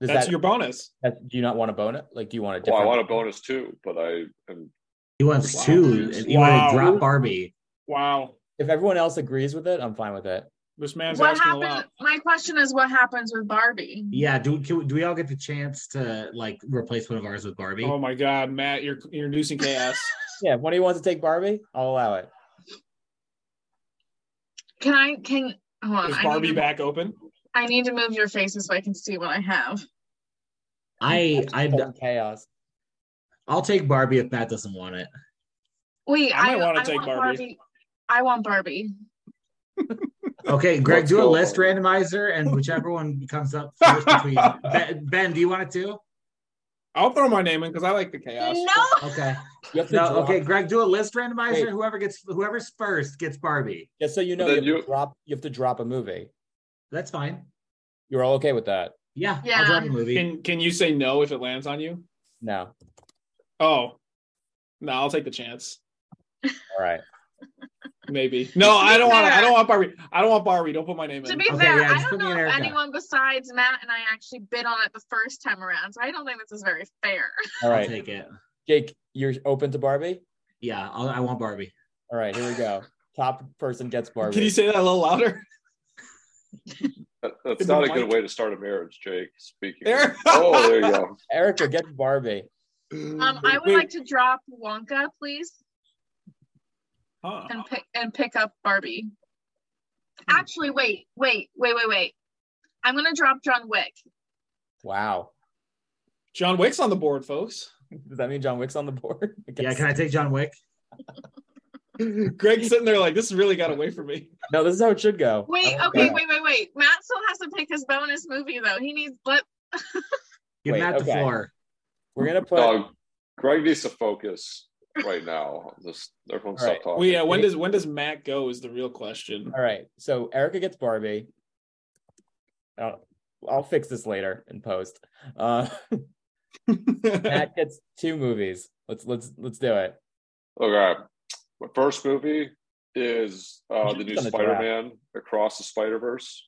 Speaker 3: Does
Speaker 5: That's
Speaker 3: that,
Speaker 5: your bonus.
Speaker 3: that- do you not want a bonus? Like, do you want a
Speaker 6: well, Oh, I
Speaker 3: different?
Speaker 6: want a bonus too, but I am
Speaker 2: He wants
Speaker 6: Wow.
Speaker 2: two. and He
Speaker 5: Wow.
Speaker 2: wanted to drop Barbie.
Speaker 5: Wow.
Speaker 3: If everyone else agrees with it, I'm fine with it.
Speaker 5: This man's
Speaker 4: What
Speaker 5: asking a
Speaker 4: happened?
Speaker 5: lot.
Speaker 4: My question is, what happens with Barbie?
Speaker 2: Yeah. Do can, we- do we all get the chance to like replace one of ours with Barbie?
Speaker 5: Oh my god, Matt, you're you're introducing
Speaker 4: [LAUGHS]
Speaker 5: chaos.
Speaker 3: Yeah, if one of you wants to take Barbie, I'll allow it.
Speaker 4: Can I? Can hold on?
Speaker 5: Is
Speaker 4: I need,
Speaker 5: Barbie
Speaker 4: to,
Speaker 5: back open?
Speaker 4: I need to move your faces so I can see what I have.
Speaker 2: I I
Speaker 3: Total chaos.
Speaker 2: I'll take Barbie if Matt doesn't want it.
Speaker 4: Wait,
Speaker 5: I
Speaker 4: I,
Speaker 5: might wanna
Speaker 4: I
Speaker 5: take
Speaker 4: want
Speaker 5: Barbie.
Speaker 4: I want Barbie.
Speaker 2: Okay, Greg,
Speaker 6: Let's
Speaker 2: do a
Speaker 6: go.
Speaker 2: list randomizer, and whichever one comes up first between ben, ben. Do you want it too?
Speaker 5: I'll throw my name in because I like the chaos.
Speaker 4: No,
Speaker 2: Okay.
Speaker 3: You have to
Speaker 2: No.
Speaker 3: drop-
Speaker 2: Okay, Greg, do a list randomizer.
Speaker 3: Wait.
Speaker 2: Whoever gets whoever's first gets Barbie.
Speaker 3: Just so you know,
Speaker 6: Then
Speaker 3: you have,
Speaker 6: you-
Speaker 3: to drop, you have to drop a movie.
Speaker 2: That's fine.
Speaker 3: You're all okay with that?
Speaker 2: Yeah.
Speaker 4: Yeah.
Speaker 2: I'll drop a movie.
Speaker 5: Can can you say no if it lands on you?
Speaker 3: No.
Speaker 5: Oh. No, I'll take the chance.
Speaker 3: All right.
Speaker 5: Maybe.
Speaker 4: [LAUGHS]
Speaker 5: No, I don't want I don't want Barbie. I don't want Barbie. Don't put my name
Speaker 4: to
Speaker 5: in.
Speaker 4: be
Speaker 2: Okay,
Speaker 4: fair,
Speaker 2: yeah,
Speaker 4: I
Speaker 2: just
Speaker 4: don't
Speaker 2: put me
Speaker 4: know
Speaker 2: in
Speaker 4: if
Speaker 2: Erica.
Speaker 4: anyone besides Matt and I actually bid on it the first time around, so I don't think this is very fair.
Speaker 3: All
Speaker 2: I'll
Speaker 3: right.
Speaker 2: take it.
Speaker 3: Jake, you're open to Barbie.
Speaker 2: Yeah, I'll, I want Barbie.
Speaker 3: All right, here we go. Top person gets Barbie.
Speaker 5: Can you say that a little louder? [LAUGHS]
Speaker 6: That, that's
Speaker 5: In the
Speaker 6: not a good
Speaker 5: mic.
Speaker 6: way to start a marriage, Jake. Speaking. of-
Speaker 5: There. [LAUGHS]
Speaker 6: Oh, there you go.
Speaker 3: Erica gets Barbie.
Speaker 4: Um, I would
Speaker 5: Mm-hmm. Wait,
Speaker 4: like to drop Wonka, please,
Speaker 5: huh.
Speaker 4: and pick and pick up Barbie. Actually, wait, wait, wait, wait, wait. I'm gonna drop John Wick.
Speaker 3: Wow.
Speaker 5: John Wick's on the board, folks. [LAUGHS]
Speaker 3: Does that mean John Wick's on the board? [LAUGHS] I
Speaker 2: Yeah,
Speaker 3: guess.
Speaker 2: can I take John Wick?
Speaker 5: Greg's sitting there like, this really got away from me.
Speaker 3: No, this is how it should go.
Speaker 4: Wait,
Speaker 3: I like
Speaker 4: okay,
Speaker 3: that.
Speaker 4: wait, wait, wait. Matt still has to pick his bonus movie though. He needs let
Speaker 2: Give
Speaker 3: Wait,
Speaker 2: Matt the
Speaker 3: okay.
Speaker 2: floor.
Speaker 3: We're gonna put.
Speaker 6: No, Greg needs to focus right now. Just everyone
Speaker 3: All
Speaker 6: stop
Speaker 3: right.
Speaker 6: talking.
Speaker 5: Well, yeah, when does when does Matt go is the real
Speaker 3: [LAUGHS]
Speaker 5: question.
Speaker 3: All right. So Erica gets Barbie. I'll, I'll fix this later in post. Uh, [LAUGHS]
Speaker 5: [LAUGHS]
Speaker 3: Matt gets two movies. Let's let's let's do it.
Speaker 6: Okay. My first movie is uh,
Speaker 3: Should've
Speaker 6: the new
Speaker 3: done a
Speaker 6: Spider Man Across the Spider Verse.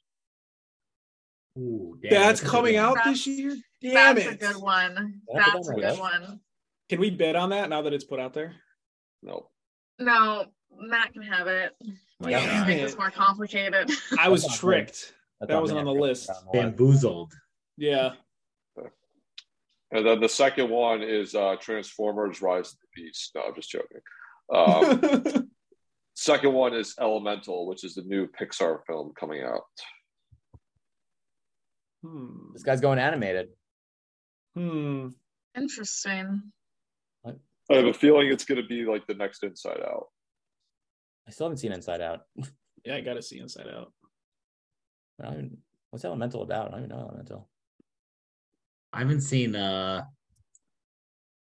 Speaker 2: Ooh, damn,
Speaker 5: That's
Speaker 2: a good
Speaker 5: coming
Speaker 2: one.
Speaker 5: out
Speaker 4: That's-
Speaker 5: this year. Damn
Speaker 4: that's a
Speaker 5: it!
Speaker 4: good one.
Speaker 3: That's a
Speaker 4: That's a
Speaker 3: good
Speaker 4: good
Speaker 3: one.
Speaker 4: one.
Speaker 5: Can we bet on that now that it's put out there?
Speaker 6: No.
Speaker 4: No, Matt can have it.
Speaker 2: Oh My
Speaker 4: Yeah,
Speaker 2: God.
Speaker 5: God.
Speaker 4: make this more complicated. [LAUGHS]
Speaker 5: I was
Speaker 3: That's on there.
Speaker 5: tricked.
Speaker 3: That's
Speaker 5: That wasn't on the
Speaker 3: Erica.
Speaker 5: list.
Speaker 3: That's on the list.
Speaker 2: Bamboozled.
Speaker 5: Yeah.
Speaker 6: And then the second one is uh, Transformers Rise of the Beast. No, I'm just joking. Um, second one is Elemental, which is the new Pixar film coming out.
Speaker 5: [LAUGHS] hmm.
Speaker 3: This guy's going animated.
Speaker 5: Hmm.
Speaker 4: Interesting.
Speaker 6: I have a feeling it's going to be like the next Inside Out.
Speaker 3: I still haven't seen Inside Out.
Speaker 5: Yeah, I gotta see Inside Out.
Speaker 3: I don't even, what's Elemental about? I don't even know Elemental.
Speaker 2: I haven't seen uh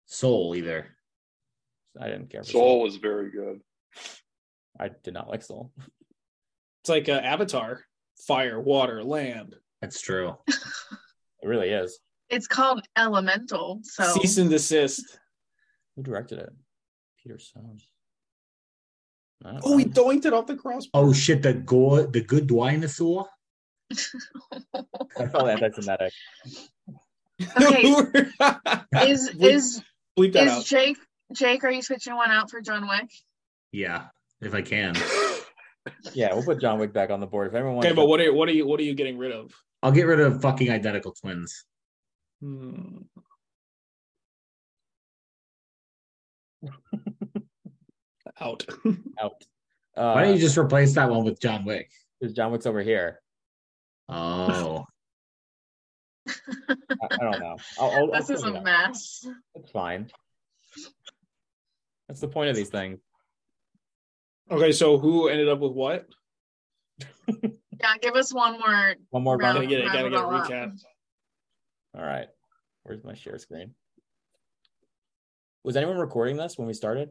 Speaker 2: Soul either.
Speaker 3: I didn't care for
Speaker 6: Soul was very good.
Speaker 3: I did not like Soul. [LAUGHS]
Speaker 5: It's like uh, Avatar: fire, water, land.
Speaker 2: That's true.
Speaker 3: It really is.
Speaker 4: It's called Elemental, so
Speaker 5: Cease and desist.
Speaker 3: Who directed it? Peter Soames. I don't
Speaker 5: Oh, he
Speaker 3: know.
Speaker 5: doinked it off the crossbar.
Speaker 2: Oh shit, the go the good dinosaur.
Speaker 3: I felt anti-Semitic.
Speaker 4: okay.
Speaker 5: [LAUGHS]
Speaker 4: Is
Speaker 5: is
Speaker 4: is
Speaker 5: [LAUGHS] bleep that
Speaker 4: is
Speaker 5: out?
Speaker 4: Jake Jake? Are you switching one out for John Wick?
Speaker 2: Yeah, if I can,
Speaker 5: [LAUGHS]
Speaker 3: Yeah, we'll put John Wick back on the board if everyone. wants
Speaker 5: Okay,
Speaker 3: to-
Speaker 5: but what are what are you what are you getting rid of?
Speaker 2: I'll get rid of fucking identical twins.
Speaker 5: Hmm. [LAUGHS] Out.
Speaker 3: out. Uh,
Speaker 2: Why don't you just replace that one with John Wick?
Speaker 3: 'cause John Wick's over here.
Speaker 2: Oh, [LAUGHS]
Speaker 3: I, I don't know. I'll, I'll,
Speaker 4: This
Speaker 3: I'll
Speaker 4: is
Speaker 3: clean it
Speaker 4: a
Speaker 3: up.
Speaker 4: mess.
Speaker 3: It's fine. That's the point of these things.
Speaker 5: Okay, so who ended up with what?
Speaker 4: Yeah, give us one more. [LAUGHS]
Speaker 3: One more
Speaker 4: round
Speaker 5: Gotta
Speaker 3: round.
Speaker 4: to
Speaker 5: get it,
Speaker 4: round
Speaker 5: gotta get a
Speaker 4: all
Speaker 3: [LAUGHS]
Speaker 4: up.
Speaker 5: recap.
Speaker 3: All right. Where's my share screen? Was anyone recording this when we started?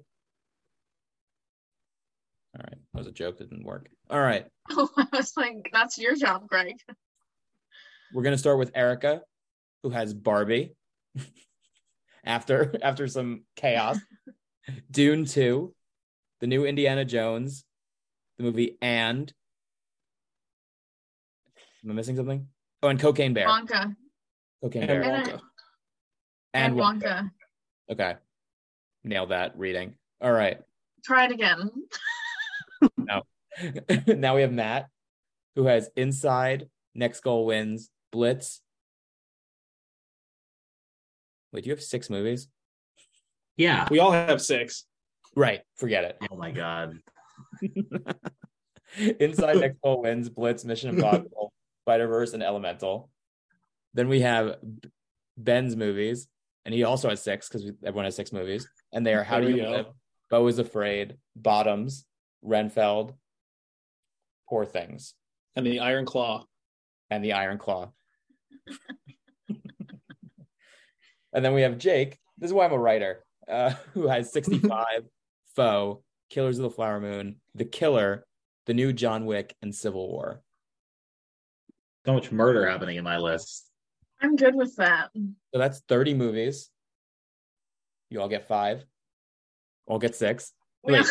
Speaker 3: All right. That was a joke that didn't work. All right.
Speaker 4: I was like, that's your job, Greg.
Speaker 3: We're gonna start with Erica, who has Barbie. [LAUGHS] after after some chaos. Dune 2, the new Indiana Jones, the movie and Am I missing something? Oh, and Cocaine Bear.
Speaker 4: Wonka
Speaker 3: Cocaine
Speaker 5: And
Speaker 3: Bear.
Speaker 5: Wonka.
Speaker 4: and
Speaker 3: Wonka.
Speaker 4: Wonka.
Speaker 3: Okay. Nailed that reading. All right. [LAUGHS]
Speaker 4: Try it again.
Speaker 3: now we have Matt, who has inside, next goal wins, blitz. Wait, do you have six movies?
Speaker 2: yeah.
Speaker 5: We all have six.
Speaker 3: Right. Forget it.
Speaker 2: Oh my god.
Speaker 5: [LAUGHS]
Speaker 3: Inside Next Goal Wins, Blitz, Mission Impossible, Spider Verse, and Elemental. Then we have B- Ben's movies, and he also has six because everyone has six movies. And they are How Do
Speaker 5: There we
Speaker 3: You
Speaker 5: go.
Speaker 3: Live, Bo is Afraid, Bottoms, Renfeld, Poor Things,
Speaker 5: And the Iron Claw.
Speaker 3: and The Iron Claw. and then we have Jake. This is why I'm a writer, uh, [LAUGHS] who has 65, Foe, Killers of the Flower Moon, The Killer, The New John Wick, and Civil War.
Speaker 2: So much murder happening in my list.
Speaker 4: I'm good with that.
Speaker 3: So that's 30 movies. You all get five. All get six. Wait.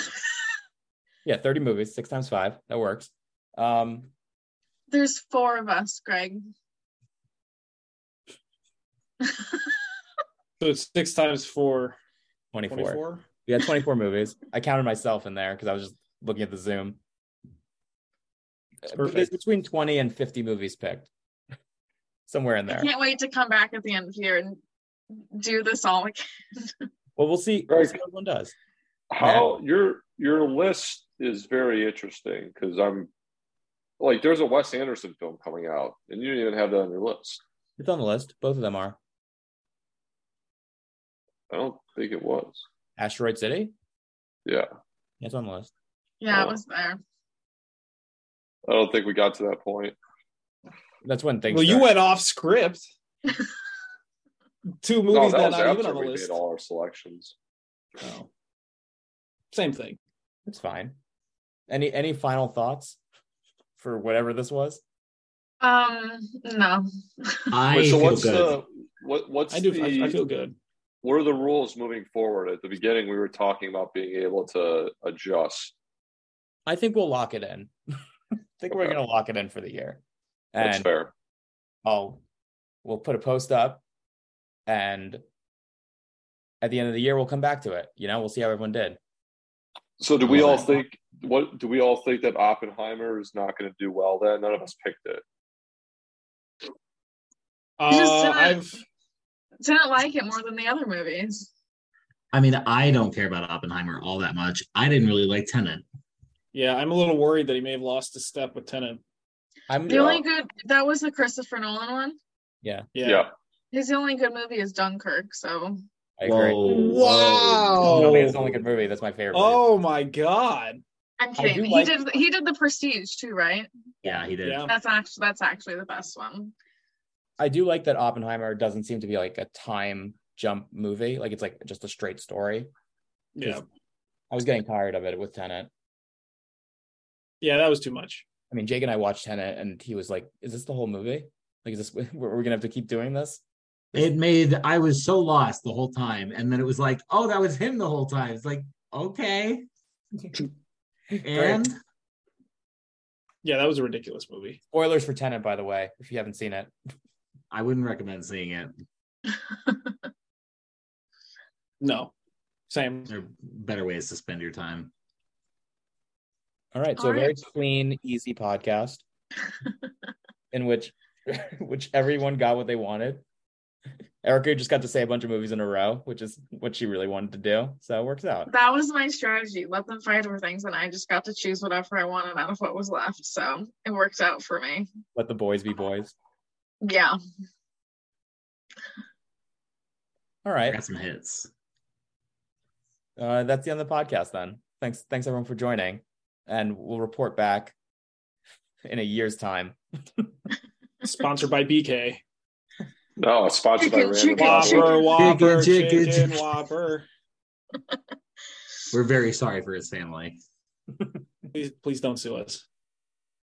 Speaker 3: yeah, 30 movies, six times five. That works. Um,
Speaker 4: [LAUGHS] There's four of us, Greg.
Speaker 5: So it's six times four.
Speaker 3: 24.
Speaker 9: 24.
Speaker 3: We had 24 movies. I counted myself in there because I was just looking at the Zoom. Uh, but There's
Speaker 9: perfect.
Speaker 3: between 20 and 50 movies picked, [LAUGHS] somewhere in there.
Speaker 4: [LAUGHS] I can't wait to come back at the end of the year and do this all again.
Speaker 3: Well, we'll see.
Speaker 6: Very
Speaker 3: We'll see
Speaker 6: good.
Speaker 3: what everyone does.
Speaker 6: How your your list is very interesting because I'm like there's a Wes Anderson film coming out and you didn't even have that on your list.
Speaker 3: It's on the list. Both of them are
Speaker 6: I don't think it was.
Speaker 3: Asteroid City.
Speaker 6: Yeah.
Speaker 3: Yeah, It's on the list.
Speaker 4: Yeah, it
Speaker 6: Oh.
Speaker 4: was there.
Speaker 6: I don't think we got to that point.
Speaker 3: That's when things.
Speaker 5: Well, you
Speaker 3: start.
Speaker 5: went off script. Two
Speaker 6: No,
Speaker 5: movies
Speaker 6: that
Speaker 5: that
Speaker 6: was
Speaker 5: are not even
Speaker 6: after
Speaker 5: on the
Speaker 6: we
Speaker 5: list.
Speaker 6: made all our selections.
Speaker 5: Oh. Same thing.
Speaker 3: It's fine. Any any final thoughts for whatever this was?
Speaker 4: Um, no.
Speaker 2: I
Speaker 6: Wait, so
Speaker 2: feel
Speaker 6: what's
Speaker 2: good.
Speaker 6: the what what's
Speaker 5: I do.
Speaker 6: the
Speaker 5: I, I feel good.
Speaker 6: what are the rules moving forward? At the beginning we were talking about being able to adjust.
Speaker 3: I think we'll lock it in. [LAUGHS] I think we're
Speaker 6: Okay.
Speaker 3: gonna lock it in for the year.
Speaker 6: That's
Speaker 3: And
Speaker 6: fair.
Speaker 3: I'll we'll put a post up and at the end of the year we'll come back to it. You know, we'll see how everyone did.
Speaker 6: So do we all
Speaker 2: Alright.
Speaker 6: think what do we all think that Oppenheimer is not gonna do well then? None of us picked it.
Speaker 4: just
Speaker 5: Uh,
Speaker 4: didn't-
Speaker 5: I've
Speaker 4: Didn't like it more than the other movies.
Speaker 2: I mean, I don't care about Oppenheimer all that much. I didn't really like Tenant.
Speaker 5: yeah, I'm a little worried that he may have lost a step with Tenant.
Speaker 3: I'm
Speaker 4: The only good that was the Christopher Nolan one.
Speaker 5: Yeah.
Speaker 6: yeah.
Speaker 4: His only good movie is Dunkirk, so
Speaker 3: I agree.
Speaker 5: Wow.
Speaker 3: No, I mean, it's the only good movie. That's my favorite. movie.
Speaker 5: Oh my god.
Speaker 4: I'm
Speaker 3: I
Speaker 4: kidding.
Speaker 3: do
Speaker 4: He
Speaker 3: like-
Speaker 4: did he did the Prestige too, right?
Speaker 2: Yeah, he did.
Speaker 5: Yeah.
Speaker 4: That's actually that's actually the best one.
Speaker 3: I do like that Oppenheimer doesn't seem to be like a time jump movie. Like it's like just a straight story.
Speaker 5: Yeah.
Speaker 3: I was getting tired of it with Tenet.
Speaker 5: Yeah, that was too much.
Speaker 3: I mean, Jake and I watched Tenet, and he was like, "Is this the whole movie? Like, is this [LAUGHS] we're, we're gonna have to keep doing this?"
Speaker 2: It made I was so lost the whole time, and then it was like, oh, that was him the whole time. It's like, okay, and
Speaker 5: Yeah, that was a ridiculous movie.
Speaker 3: Spoilers for Tenet, by the way, if you haven't seen it.
Speaker 2: I wouldn't recommend seeing it.
Speaker 5: No. Same.
Speaker 2: There are better ways to spend your time.
Speaker 3: All right, so
Speaker 4: All
Speaker 3: a very
Speaker 4: right.
Speaker 3: clean, easy
Speaker 4: [LAUGHS]
Speaker 3: podcast in which [LAUGHS] which everyone got what they wanted. Erica just got to say a bunch of movies in a row, which is what she really wanted to do, so it works out.
Speaker 4: That was my strategy. Let them fight over things and I just got to choose whatever I wanted out of what was left. So it worked out for me.
Speaker 3: Let the boys be boys.
Speaker 4: Yeah.
Speaker 3: All
Speaker 2: I
Speaker 3: right,
Speaker 2: got some hits.
Speaker 3: uh, that's the end of the podcast. Then thanks, thanks everyone for joining, and we'll report back in a year's time.
Speaker 5: Sponsored by BK.
Speaker 6: No, it's Oh, sponsored by
Speaker 4: Chicken,
Speaker 6: Random
Speaker 4: chicken,
Speaker 6: House.
Speaker 5: Whopper, Whopper,
Speaker 2: Chicken,
Speaker 5: chicken,
Speaker 2: chicken, chicken.
Speaker 5: Whopper.
Speaker 2: We're very sorry for his family.
Speaker 5: Please, please don't sue us.